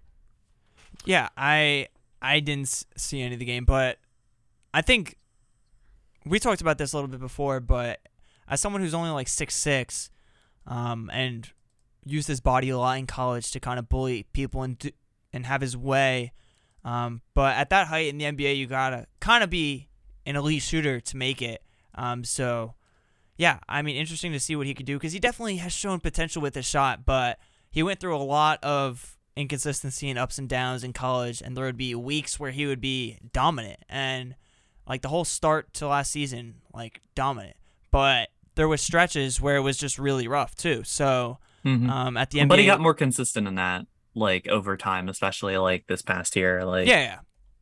[SPEAKER 2] Yeah, I I didn't s- see any of the game, but I think we talked about this a little bit before. But as someone who's only like six six, um, and used his body a lot in college to kind of bully people and do, and have his way, um, but at that height in the NBA, you gotta kind of be an elite shooter to make it. Um, so yeah, I mean, interesting to see what he could do because he definitely has shown potential with his shot, but he went through a lot of inconsistency and ups and downs in college, and there would be weeks where he would be dominant and like the whole start to last season, like dominant. But there was stretches where it was just really rough too. So
[SPEAKER 5] Mhm.
[SPEAKER 2] um, at the end,
[SPEAKER 5] But he got more consistent in that, like over time, especially like this past year. Like
[SPEAKER 2] Yeah, yeah.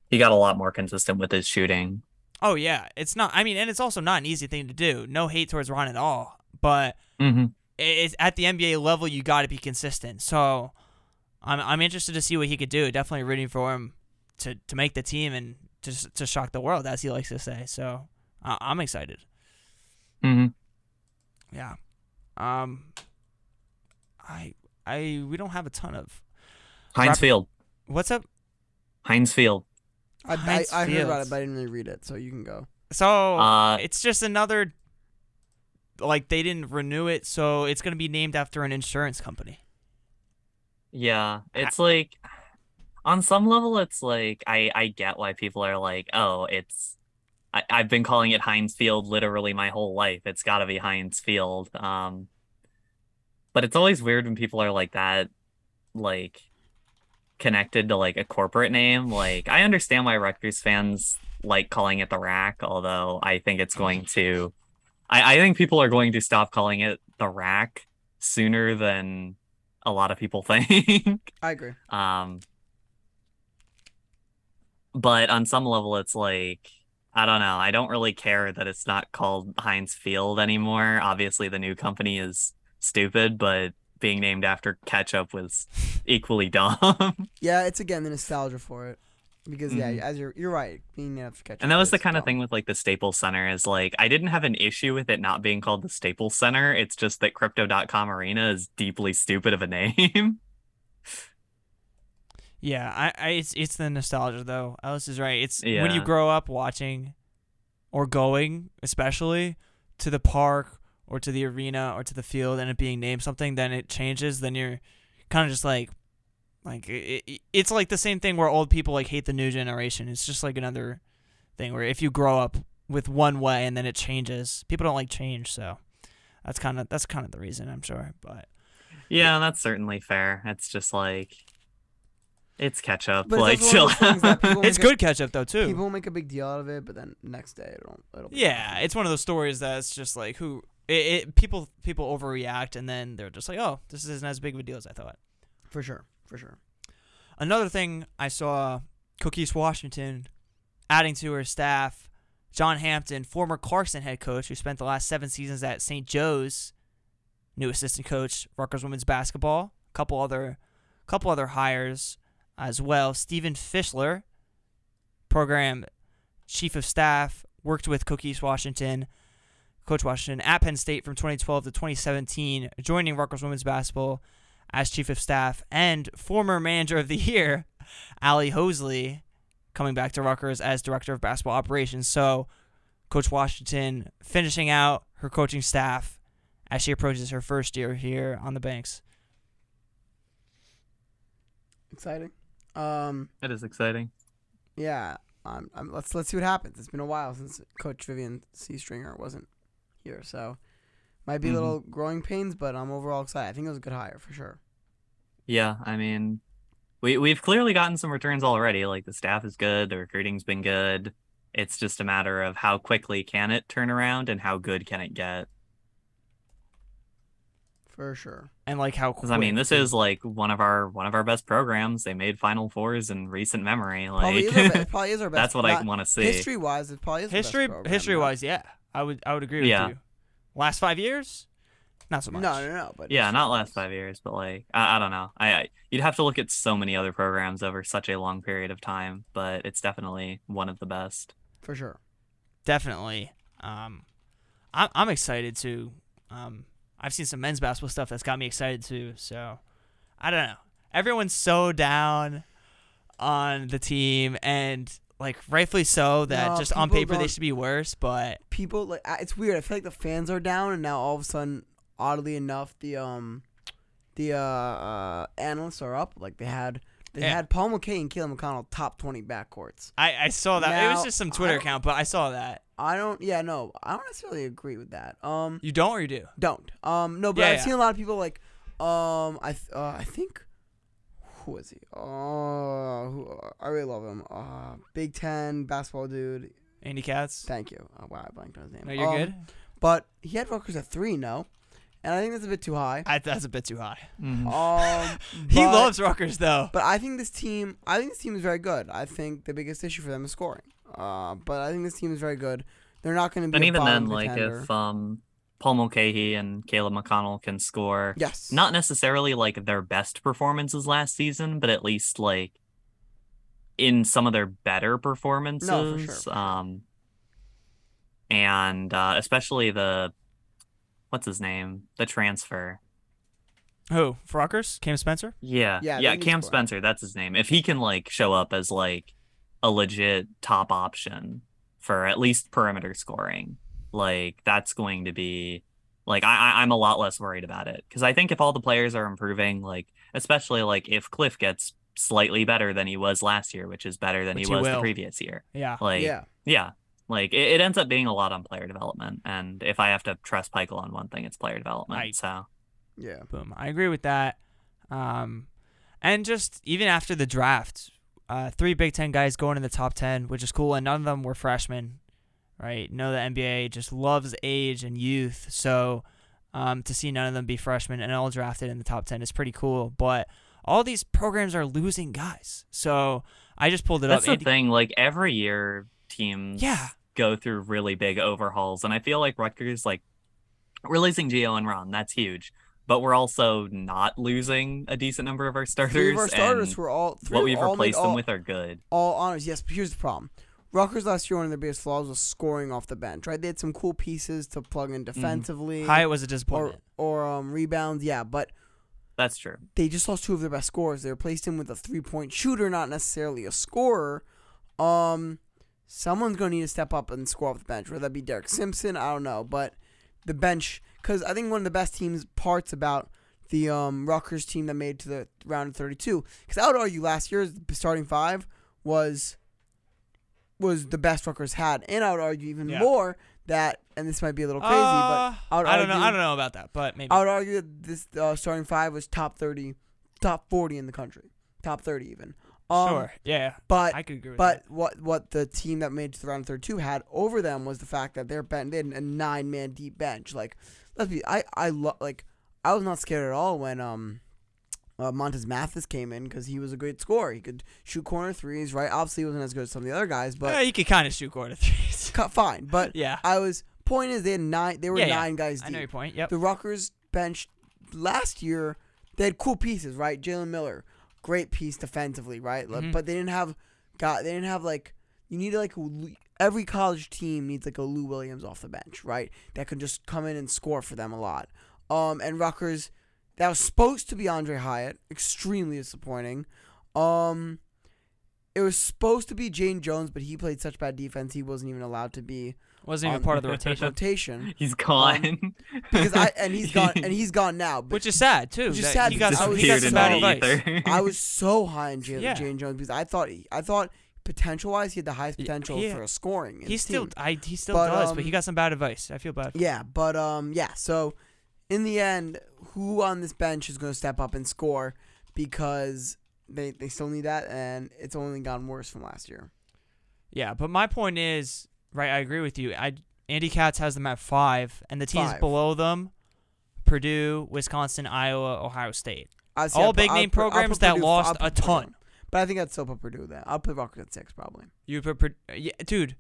[SPEAKER 5] he got a lot more consistent with his shooting.
[SPEAKER 2] Oh yeah, it's not. I mean, and it's also not an easy thing to do. No hate towards Ron at all, but
[SPEAKER 5] hmm
[SPEAKER 2] it's at the NBA level, you got to be consistent. So I'm I'm interested to see what he could do. Definitely rooting for him to to make the team and to to shock the world, as he likes to say. So I I'm excited. Mm-hmm.
[SPEAKER 5] hmm
[SPEAKER 2] Yeah. Um. I I we don't have a ton of
[SPEAKER 5] Heinz
[SPEAKER 2] Rap-
[SPEAKER 5] Field.
[SPEAKER 2] what's up.
[SPEAKER 5] Heinz Field.
[SPEAKER 4] I, I,
[SPEAKER 2] Heinz
[SPEAKER 4] I heard about
[SPEAKER 2] Fields.
[SPEAKER 4] it, but I didn't really read it, so you can go.
[SPEAKER 2] So
[SPEAKER 5] Uh,
[SPEAKER 2] it's just another like they didn't renew it, so it's gonna be named after an insurance company.
[SPEAKER 5] Yeah, it's like on some level it's like I I get why people are like, "Oh, it's I, I've been calling it Heinz Field literally my whole life. It's got to be Heinz Field." Um but it's always weird when people are like that like connected to like a corporate name. Like I understand why Rutgers fans like calling it the Rack, although I think it's going to I I think people are going to stop calling it the Rack sooner than a lot of people think.
[SPEAKER 4] I agree.
[SPEAKER 5] um, but on some level, it's like I don't know. I don't really care that it's not called Heinz Field anymore. Obviously, the new company is stupid, but being named after ketchup was equally dumb.
[SPEAKER 4] Yeah, it's again the nostalgia for it. Because yeah, as you're you're right, being named after ketchup.
[SPEAKER 5] Mm-hmm. and that was the
[SPEAKER 4] is
[SPEAKER 5] kind of
[SPEAKER 4] dumb.
[SPEAKER 5] thing with like the Staples Center is like I didn't have an issue with it not being called the Staples Center. It's just that crypto.com arena is deeply stupid of a name.
[SPEAKER 2] Yeah, I, I it's it's the nostalgia though. Alice is right. It's when you
[SPEAKER 5] Yeah.
[SPEAKER 2] grow up watching or going especially to the park or to the arena or to the field and it being named something then it changes then you're kind of just like like it, it, it's like the same thing where old people like hate the new generation. It's just like another thing where if you grow up with one way and then it changes. People don't like change, so that's kind of that's kind of the reason, I'm sure. But
[SPEAKER 5] Yeah, that's certainly fair. It's just like it's ketchup.
[SPEAKER 4] But
[SPEAKER 5] like
[SPEAKER 4] it's also
[SPEAKER 5] chill
[SPEAKER 4] one of those things that
[SPEAKER 5] out.
[SPEAKER 4] people
[SPEAKER 2] it's
[SPEAKER 4] make a-
[SPEAKER 2] good catch up though too.
[SPEAKER 4] People make a big deal out of it, but then next day it'll it'll. Be
[SPEAKER 2] Yeah, it's one of those stories that's just like who it, it people people overreact and then they're just like, oh, this isn't as big of a deal as I thought.
[SPEAKER 4] for sure, for sure.
[SPEAKER 2] Another thing I saw Cookies Washington adding to her staff, John Hampton, former Clarkson head coach who spent the last seven seasons at St. Joe's, new assistant coach, Rutgers women's basketball, couple other couple other hires as well. Stephen Fischler, program chief of staff, worked with Cookies Washington, Coach Washington at Penn State from 2012 to 2017, joining Rutgers women's basketball as chief of staff and former manager of the year, Ali Hosley, coming back to Rutgers as director of basketball operations. So, Coach Washington finishing out her coaching staff as she approaches her first year here on the Banks.
[SPEAKER 4] Exciting. Um.
[SPEAKER 5] That is exciting.
[SPEAKER 4] Yeah. Um. um, let's let's see what happens. It's been a while since Coach Vivian C. Stringer wasn't here, so might be
[SPEAKER 5] Mhm.
[SPEAKER 4] little growing pains, but I'm overall excited. I think it was a good hire for sure.
[SPEAKER 5] Yeah, I mean we we've clearly gotten some returns already. Like the staff is good, the recruiting's been good. It's just a matter of how quickly can it turn around and how good can it get.
[SPEAKER 4] For sure.
[SPEAKER 2] And like how
[SPEAKER 5] Because I mean,
[SPEAKER 2] quick-
[SPEAKER 5] this is like one of our one of our best programs. They made Final Fours in recent memory.
[SPEAKER 4] Probably,
[SPEAKER 5] Like
[SPEAKER 4] is, our, be- probably is our best.
[SPEAKER 5] that's what I
[SPEAKER 4] not-
[SPEAKER 5] want to see.
[SPEAKER 4] History wise, it probably is the best
[SPEAKER 2] history
[SPEAKER 4] program,
[SPEAKER 2] history
[SPEAKER 4] though.
[SPEAKER 2] wise, yeah. I would I would agree with
[SPEAKER 5] Yeah.
[SPEAKER 2] you. Last 5 years? Not so
[SPEAKER 4] No,
[SPEAKER 2] much.
[SPEAKER 4] no, no. But
[SPEAKER 5] Yeah, not
[SPEAKER 4] history-wise.
[SPEAKER 5] last five years, but like I, I don't know. I, I you'd have to look at so many other programs over such a long period of time, but it's definitely one of the best.
[SPEAKER 4] for sure.
[SPEAKER 2] definitely. Um, I'm I'm excited too. Um, I've seen some men's basketball stuff that's got me excited too. So I don't know. Everyone's so down on the team, and like rightfully so. That
[SPEAKER 4] No,
[SPEAKER 2] just on
[SPEAKER 4] people
[SPEAKER 2] paper they
[SPEAKER 4] don't-
[SPEAKER 2] should be worse, but
[SPEAKER 4] people like I- it's weird. I feel like the fans are down, and now all of a sudden, oddly enough, the um, the uh, uh analysts are up. Like they had they
[SPEAKER 2] Yeah.
[SPEAKER 4] had Paul McKay and Keelan McConnell top twenty backcourts.
[SPEAKER 2] I I saw that it was
[SPEAKER 4] Now,
[SPEAKER 2] just some
[SPEAKER 4] I
[SPEAKER 2] Twitter
[SPEAKER 4] don't-
[SPEAKER 2] account, but I saw that.
[SPEAKER 4] I don't. Yeah, no, I don't necessarily agree with that. Um,
[SPEAKER 2] You don't or you do?
[SPEAKER 4] don't. Um, no, but
[SPEAKER 2] Yeah,
[SPEAKER 4] I've
[SPEAKER 2] yeah.
[SPEAKER 4] seen a lot of people like, um, I th- uh, I think. Who is he? Oh, who, I really love him. Uh, Big Ten basketball dude.
[SPEAKER 2] Andy Katz.
[SPEAKER 4] Thank you. Oh, wow, I blanked on his name.
[SPEAKER 2] No, you're
[SPEAKER 4] Um,
[SPEAKER 2] good.
[SPEAKER 4] But he had Rutgers at three, no, and I think that's a bit too high.
[SPEAKER 2] I, that's a bit too high.
[SPEAKER 4] Um,
[SPEAKER 2] Mm. He
[SPEAKER 4] but-
[SPEAKER 2] loves Rutgers though.
[SPEAKER 4] But I think this team, I think this team is very good. I think the biggest issue for them is scoring. Uh, but I think this team is very good. They're not going to be.
[SPEAKER 5] And
[SPEAKER 4] a
[SPEAKER 5] even
[SPEAKER 4] bottom
[SPEAKER 5] then, like
[SPEAKER 4] contender.
[SPEAKER 5] if um Paul Mulcahy and Caleb McConnell can score,
[SPEAKER 4] yes,
[SPEAKER 5] not necessarily like their best performances last season, but at least like in some of their better performances.
[SPEAKER 4] for sure.
[SPEAKER 5] Um, and uh, especially the what's his name, the transfer.
[SPEAKER 2] Who for Rutgers? Cam Spencer.
[SPEAKER 5] Yeah,
[SPEAKER 4] Yeah,
[SPEAKER 5] yeah,
[SPEAKER 4] they need
[SPEAKER 5] Cam
[SPEAKER 4] scoring.
[SPEAKER 5] Spencer, that's his name. If he can like show up as like a legit top option for at least perimeter scoring, like that's going to be like I, I I'm a lot less worried about it because I think if all the players are improving, like especially like if Cliff gets slightly better than he was last year, which is better than
[SPEAKER 2] Which
[SPEAKER 5] he
[SPEAKER 2] he
[SPEAKER 5] was the
[SPEAKER 2] will. Uh,
[SPEAKER 5] previous year,
[SPEAKER 2] Yeah.
[SPEAKER 5] like yeah,
[SPEAKER 4] yeah,
[SPEAKER 5] like it, it ends up being a lot on player development. And if I have to trust Peichel on one thing, it's player development.
[SPEAKER 2] Right.
[SPEAKER 5] So
[SPEAKER 4] yeah,
[SPEAKER 2] Boom. I agree with that. Um, and just even after the draft, uh, three Big Ten guys going in the top 10, which is cool. And none of them were freshmen, right? Know the NBA just loves age and youth. So um, to see none of them be freshmen and all drafted in the top 10 is pretty cool. But all these programs are losing guys. So I just pulled it
[SPEAKER 5] that's
[SPEAKER 2] up.
[SPEAKER 5] the
[SPEAKER 2] uh, Andy-
[SPEAKER 5] thing. Like every year, teams
[SPEAKER 2] Yeah.
[SPEAKER 5] go through really big overhauls. And I feel like Rutgers, like releasing Geo and Ron, that's huge. but we're also not losing a decent number of our starters.
[SPEAKER 4] Three of our starters
[SPEAKER 5] and
[SPEAKER 4] were all three
[SPEAKER 5] what we've
[SPEAKER 4] all made
[SPEAKER 5] replaced them
[SPEAKER 4] all-
[SPEAKER 5] with are good.
[SPEAKER 4] all honors. Yes, but here's the problem. Rutgers last year, one of their biggest flaws was scoring off the bench. Right, they had some cool pieces to plug
[SPEAKER 5] Mm-hmm.
[SPEAKER 4] in defensively,
[SPEAKER 2] Hyatt was a
[SPEAKER 4] or
[SPEAKER 2] disappointment.
[SPEAKER 4] or um, rebounds. Yeah, but
[SPEAKER 5] That's true.
[SPEAKER 4] they just lost two of their best scorers. They replaced him with a three point shooter, not necessarily a scorer. Um, someone's gonna need to step up and score off the bench. Whether that be Derek Simpson, I don't know, but the bench because I think one of the best teams parts about the um Rutgers team that made it to the round of thirty two. Because I would argue last year's starting five was was the best Rutgers had, and I would argue even
[SPEAKER 2] Yeah.
[SPEAKER 4] more that and this might be a little crazy,
[SPEAKER 2] Uh,
[SPEAKER 4] but I would
[SPEAKER 2] I don't
[SPEAKER 4] argue,
[SPEAKER 2] know. I don't know about that, but maybe.
[SPEAKER 4] I would argue that this uh, starting five was top thirty, top forty in the country, top thirty even. Um,
[SPEAKER 2] sure. Yeah.
[SPEAKER 4] but
[SPEAKER 2] I could agree with
[SPEAKER 4] but what what the team that made it to the round of 32 had over them was the fact that their bench they had a nine man deep bench. Like let's be I I love like I was not scared at all when um uh, Montez Mathis came in because he was a great scorer. He could shoot corner threes, right? Obviously, he wasn't as good as some of the other guys,
[SPEAKER 2] that.
[SPEAKER 4] but
[SPEAKER 2] yeah, you could kind of shoot quarter threes.
[SPEAKER 4] cut fine. But
[SPEAKER 2] yeah.
[SPEAKER 4] I was point is they had nine. They were
[SPEAKER 2] Yeah, yeah.
[SPEAKER 4] nine guys deep.
[SPEAKER 2] I know your point. Yep.
[SPEAKER 4] The Rutgers bench last year, they had cool pieces, right? Jalen Miller, great piece defensively, right? Like,
[SPEAKER 2] Mhm.
[SPEAKER 4] But they didn't have got they didn't have like you need like a Lou- every college team needs like a Lou Williams off the bench, right? That can just come in and score for them a lot. Um, and Rutgers that was supposed to be Andre Hyatt, extremely disappointing. Um, it was supposed to be Jane Jones, but he played such bad defense he wasn't even allowed to be
[SPEAKER 2] Wasn't
[SPEAKER 4] on-
[SPEAKER 2] even part of the
[SPEAKER 4] rotation.
[SPEAKER 2] rotation,
[SPEAKER 5] He's gone.
[SPEAKER 4] Um, because I and he's gone and he's gone now. But
[SPEAKER 2] which is sad too.
[SPEAKER 4] Which is
[SPEAKER 2] that
[SPEAKER 4] sad
[SPEAKER 2] He got
[SPEAKER 4] because I
[SPEAKER 2] some,
[SPEAKER 4] was
[SPEAKER 2] he got
[SPEAKER 4] so-
[SPEAKER 2] some bad
[SPEAKER 4] Disappeared
[SPEAKER 5] into the
[SPEAKER 2] advice.
[SPEAKER 5] ether.
[SPEAKER 4] I was so high on Jalen
[SPEAKER 2] Yeah.
[SPEAKER 4] Jane Jones because I thought I thought potential wise he had the highest
[SPEAKER 2] Y-
[SPEAKER 4] potential
[SPEAKER 2] yeah.
[SPEAKER 4] for scoring. in
[SPEAKER 2] He
[SPEAKER 4] the
[SPEAKER 2] still,
[SPEAKER 4] team.
[SPEAKER 2] I he still
[SPEAKER 4] But,
[SPEAKER 2] does, but
[SPEAKER 4] um,
[SPEAKER 2] he got some bad advice. I feel bad.
[SPEAKER 4] yeah, but um yeah. So in the end, who on this bench is going to step up and score because they they still need that and it's only gone worse from last year.
[SPEAKER 2] Yeah, but my point is, right? I agree with you. I Andy Katz has them at five, and the teams
[SPEAKER 4] Five.
[SPEAKER 2] below them: Purdue, Wisconsin, Iowa, Ohio State.
[SPEAKER 4] I see,
[SPEAKER 2] All
[SPEAKER 4] I'll put-
[SPEAKER 2] big
[SPEAKER 4] I'll
[SPEAKER 2] name
[SPEAKER 4] put- I'll put
[SPEAKER 2] programs that
[SPEAKER 4] Purdue-
[SPEAKER 2] lost
[SPEAKER 4] I'll put
[SPEAKER 2] a
[SPEAKER 4] Purdue
[SPEAKER 2] ton.
[SPEAKER 4] on. But I think I'd still put Purdue there. I'll put Rockets at six probably.
[SPEAKER 2] You put, Pur- yeah, dude.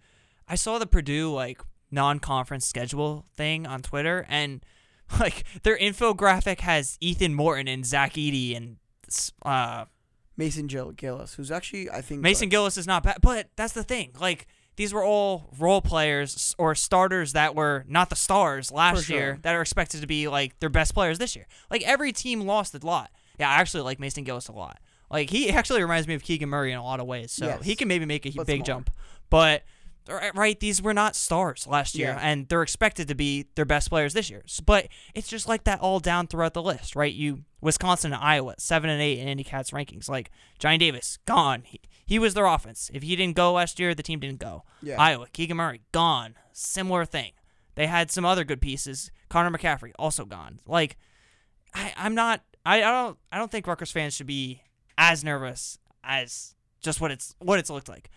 [SPEAKER 2] I saw the Purdue like non-conference schedule thing on Twitter, and like their infographic has Ethan Morton and Zach Eady and uh,
[SPEAKER 4] Mason Gill Gillis, who's actually I think uh,
[SPEAKER 2] Mason
[SPEAKER 4] good.
[SPEAKER 2] Gillis is not bad, but that's the thing. Like these were all role players s- or starters that were not the stars last
[SPEAKER 4] sure.
[SPEAKER 2] year that are expected to be like their best players this year. Like every team lost a lot. Yeah, I actually like Mason Gillis a lot. Like he actually reminds me of Keegan Murray in a lot of ways. So
[SPEAKER 4] Yes.
[SPEAKER 2] he can maybe make a
[SPEAKER 4] But
[SPEAKER 2] big
[SPEAKER 4] smaller.
[SPEAKER 2] jump. But r- right, these were not stars last year,
[SPEAKER 4] Yeah.
[SPEAKER 2] and they're expected to be their best players this year. S- But it's just like that all down throughout the list, right? You Wisconsin and Iowa, seven and eight in Andy Katz rankings. Like Johnny Davis, gone. He, he was their offense. If he didn't go last year, the team didn't go.
[SPEAKER 4] Yeah.
[SPEAKER 2] Iowa, Keegan Murray, gone. Similar thing. They had some other good pieces. Connor McCaffrey, also gone. Like I, I'm not. I, I don't. I don't think Rutgers fans should be as nervous as just what it's what it's looked like.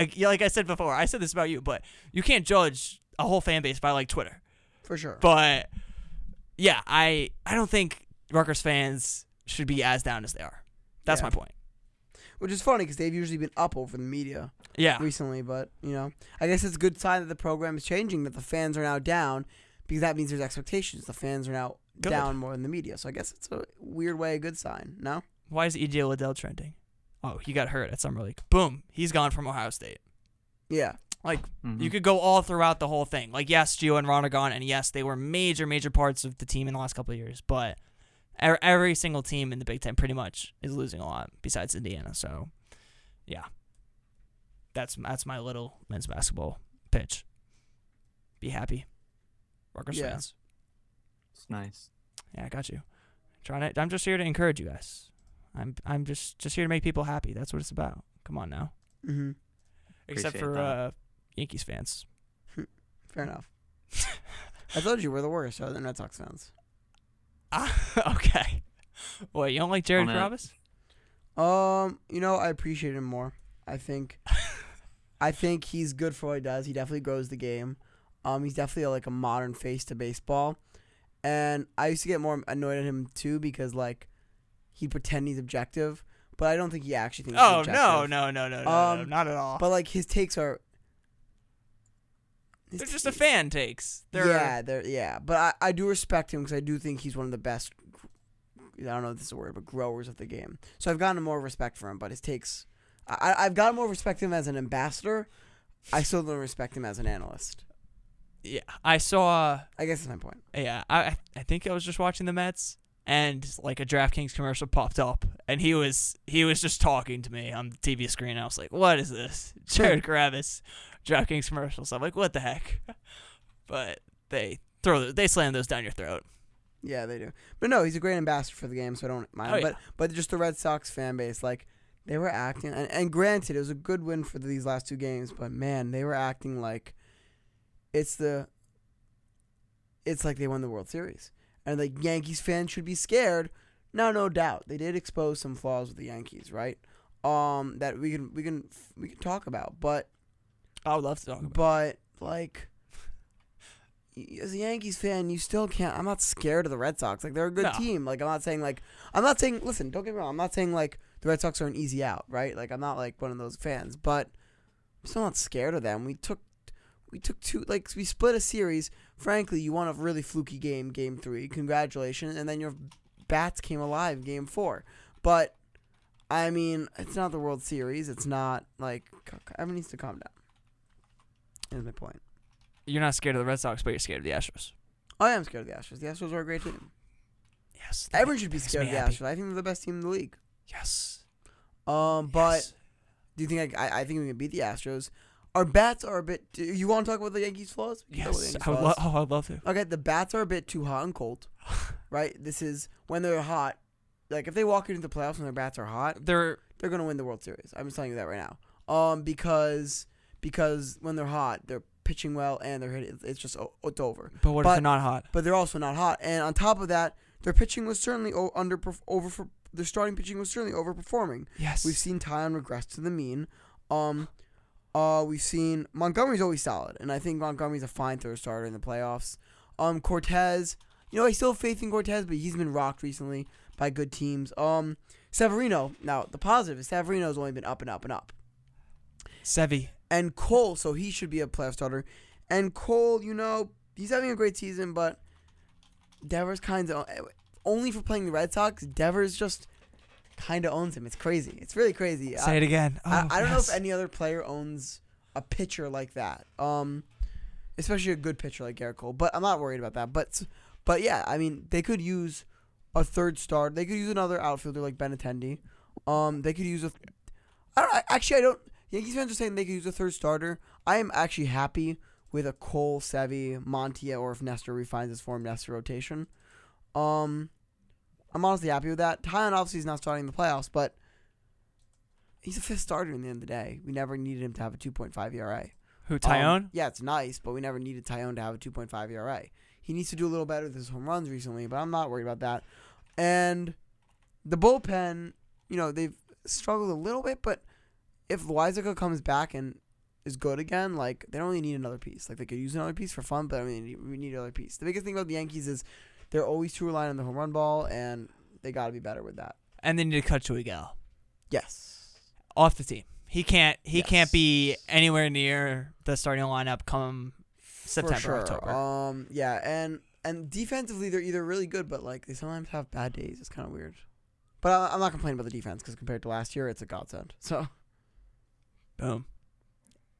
[SPEAKER 2] Yeah, like I said before, I said this about you, but you can't judge a whole fan base by like Twitter.
[SPEAKER 4] for sure.
[SPEAKER 2] But yeah, I I don't think Rutgers fans should be as down as they are. That's
[SPEAKER 4] Yeah.
[SPEAKER 2] my point.
[SPEAKER 4] Which is funny because they've usually been up over the media
[SPEAKER 2] Yeah.
[SPEAKER 4] recently, but you know, I guess it's a good sign that the program is changing. That the fans are now down because that means there's expectations. The fans are now
[SPEAKER 2] Good.
[SPEAKER 4] down more than the media, so I guess it's a weird way a good sign. No,
[SPEAKER 2] Why is EJ Liddell trending? Oh, he got hurt at summer league. Boom, he's gone from Ohio State.
[SPEAKER 4] yeah,
[SPEAKER 2] Like
[SPEAKER 5] Mhm.
[SPEAKER 2] you could go all throughout the whole thing. Like yes, Gio and Ron are gone, and yes, they were major, major parts of the team in the last couple of years. But e- every single team in the Big Ten pretty much is losing a lot, besides Indiana. So yeah, that's that's my little men's basketball pitch. Be happy, Rutgers
[SPEAKER 4] Yeah.
[SPEAKER 2] fans.
[SPEAKER 5] It's nice.
[SPEAKER 2] Yeah, I got you. Trying to, I'm just here to encourage you guys. I'm I'm just just here to make people happy. That's what it's about. Come on now.
[SPEAKER 4] mm-hmm.
[SPEAKER 2] Except
[SPEAKER 5] Appreciate
[SPEAKER 2] for
[SPEAKER 5] that.
[SPEAKER 2] uh, Yankees fans.
[SPEAKER 4] fair enough. I told you we're the worst other than Red Sox fans.
[SPEAKER 2] Ah, okay. Wait, you don't like Jared
[SPEAKER 5] On a-
[SPEAKER 2] Carabas?
[SPEAKER 4] Um, you know, I appreciate him more. I think, I think he's good for what he does. He definitely grows the game. Um, he's definitely like a modern face to baseball. And I used to get more annoyed at him too because like he'd pretend he's objective, but I don't think he actually thinks.
[SPEAKER 2] Oh
[SPEAKER 4] he's objective.
[SPEAKER 2] Um, no, no, no, no, no, no,
[SPEAKER 4] Um,
[SPEAKER 2] not at all.
[SPEAKER 4] But like his takes are his
[SPEAKER 2] They're just a
[SPEAKER 4] team-
[SPEAKER 2] fan takes. They're
[SPEAKER 4] yeah, they're yeah. But I, I do respect him because I do think he's one of the best. I don't know if this is a word, but growers of the game. So I've gotten more respect for him. But his takes, I, I- I've gotten more respect for him as an ambassador. I still don't respect him as an analyst.
[SPEAKER 2] yeah. I saw
[SPEAKER 4] I guess that's my point.
[SPEAKER 2] yeah, I I- I think I was just watching the Mets and like a DraftKings commercial popped up and he was he was just talking to me on the TV screen. I was like, "What is this?" Jared Gravis DraftKings commercials. I'm like, "What the heck?" But they throw they slam those down your throat.
[SPEAKER 4] Yeah, they do. But no, he's a great ambassador for the game, so I don't mind.
[SPEAKER 2] Oh, yeah.
[SPEAKER 4] But but just the Red Sox fan base, like they were acting, and, and granted, it was a good win for these last two games. But man, they were acting like it's the it's like they won the World Series, and like Yankees fans should be scared. Now, no doubt, they did expose some flaws with the Yankees, right? Um, that we can we can we can talk about, but
[SPEAKER 2] I would love to talk about.
[SPEAKER 4] but like, y- as a Yankees fan, you still can't. I'm not scared of the Red Sox. Like they're a good
[SPEAKER 2] No.
[SPEAKER 4] team. Like I'm not saying like I'm not saying. Listen, don't get me wrong. I'm not saying like the Red Sox are an easy out, right? Like I'm not like one of those fans, but I'm still not scared of them. We took we took two like we split a series. Frankly, you won a really fluky game, game three. Congratulations, and then your bats came alive, game four. But I mean, it's not the World Series. It's not like c- c- everyone needs to calm down. Is my point.
[SPEAKER 2] You're not scared of the Red Sox, but you're scared of the Astros.
[SPEAKER 4] I am scared of the Astros. The Astros are a great team.
[SPEAKER 2] Yes. that
[SPEAKER 4] Everyone should be
[SPEAKER 2] makes
[SPEAKER 4] scared
[SPEAKER 2] me
[SPEAKER 4] of the
[SPEAKER 2] happy.
[SPEAKER 4] Astros. I think they're the best team in the league.
[SPEAKER 2] Yes.
[SPEAKER 4] Um, but
[SPEAKER 2] yes.
[SPEAKER 4] do you think I, I, I think we can beat the Astros? Our bats are a bit. do You want to talk about the Yankees' flaws? We can talk about the
[SPEAKER 2] Yes,
[SPEAKER 4] Yankees'
[SPEAKER 2] I would
[SPEAKER 4] flaws.
[SPEAKER 2] love. Oh, I'd love to.
[SPEAKER 4] Okay, the bats are a bit too hot and cold, right? This is when they're hot. Like if they walk into the playoffs and their bats are hot,
[SPEAKER 2] They're
[SPEAKER 4] they're gonna win the World Series. I'm just telling you that right now. Um, because because when they're hot, they're pitching well and they're hitting. It's just o- it's over.
[SPEAKER 2] but what if they're
[SPEAKER 4] But-
[SPEAKER 2] not hot?
[SPEAKER 4] But they're also not hot. And on top of that, their pitching was certainly o- under over for their starting pitching was certainly overperforming.
[SPEAKER 2] Yes.
[SPEAKER 4] We've seen Tyon regress to the mean. Um, uh, we've seen Montgomery's always solid, and I think Montgomery's a fine third starter in the playoffs. Um, Cortez, you know, I still have faith in Cortez, but he's been rocked recently by good teams. Um, Severino. Now the positive is Severino's only been up and up and up,
[SPEAKER 2] Sevy.
[SPEAKER 4] and Cole, so he should be a playoff starter. And Cole, you know, he's having a great season, but Devers kind of only for playing the Red Sox. Devers just kind of owns him. It's crazy. It's really crazy. I-
[SPEAKER 2] Say it again.
[SPEAKER 4] I,
[SPEAKER 2] Oh,
[SPEAKER 4] I don't
[SPEAKER 2] yes.
[SPEAKER 4] know if any other player owns a pitcher like that. Um, especially a good pitcher like Garrett Cole. But I'm not worried about that. But but yeah, I mean they could use a third star. They could use another outfielder like Ben Attendee. Um, they could use a. I don't I, actually. I don't. Yankees fans are saying they could use a third starter. I am actually happy with a Cole, Sevy, Montia, or if Nestor refines his form, Nestor rotation. Um, I'm honestly happy with that. Tyon obviously is not starting in the playoffs, but he's a fifth starter in the end of the day. We never needed him to have E a 2.5 ERA.
[SPEAKER 2] Who
[SPEAKER 4] Um,
[SPEAKER 2] Tyone?
[SPEAKER 4] yeah, it's nice, but we never needed Tyone to have a 2.5 ERA. He needs to do E a little better with his home runs recently, but I'm not worried about that. And the bullpen, you know, they've struggled a little bit, but if Loizica comes back and is good again, like they don't really need another piece. Like they could use another piece for fun, but I mean, we need another piece. The biggest thing about the Yankees is they're always too reliant on the home run ball, and they got to be better with that.
[SPEAKER 2] and they need to cut Joey Gallo
[SPEAKER 4] Yes.
[SPEAKER 2] off the team. He can't. He can't
[SPEAKER 4] Yes.
[SPEAKER 2] be anywhere near the starting lineup come September, October.
[SPEAKER 4] Um, yeah, and and defensively they're either really good, but like they sometimes have bad days. It's kind of weird. But I, I'm not complaining about the defense because compared to last year, it's a godsend. So
[SPEAKER 2] Boom.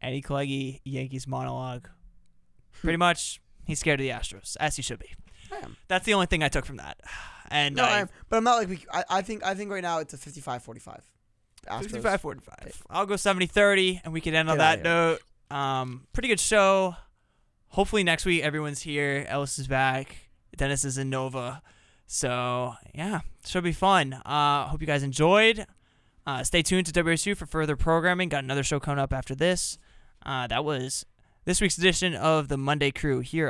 [SPEAKER 2] Eddie Clegg, Yankees monologue. Pretty
[SPEAKER 4] Hmm.
[SPEAKER 2] much, he's scared of the Astros, as he should be.
[SPEAKER 4] I am.
[SPEAKER 2] That's the only thing I took from that. And
[SPEAKER 4] No,
[SPEAKER 2] I,
[SPEAKER 4] I'm, but I'm not like we. I, I think I think right now it's a 55-45. Astros.
[SPEAKER 2] 55 45. I'll go 70 30, and we can end on
[SPEAKER 4] Get outta
[SPEAKER 2] that note. Um, pretty good show. Hopefully, next week everyone's here. Ellis is back. Dennis is in Nova. So, yeah, should be fun. Uh, hope you guys enjoyed. Uh, stay tuned to WSU for further programming. Got another show coming up after this. Uh, that was this week's edition of the Monday Crew here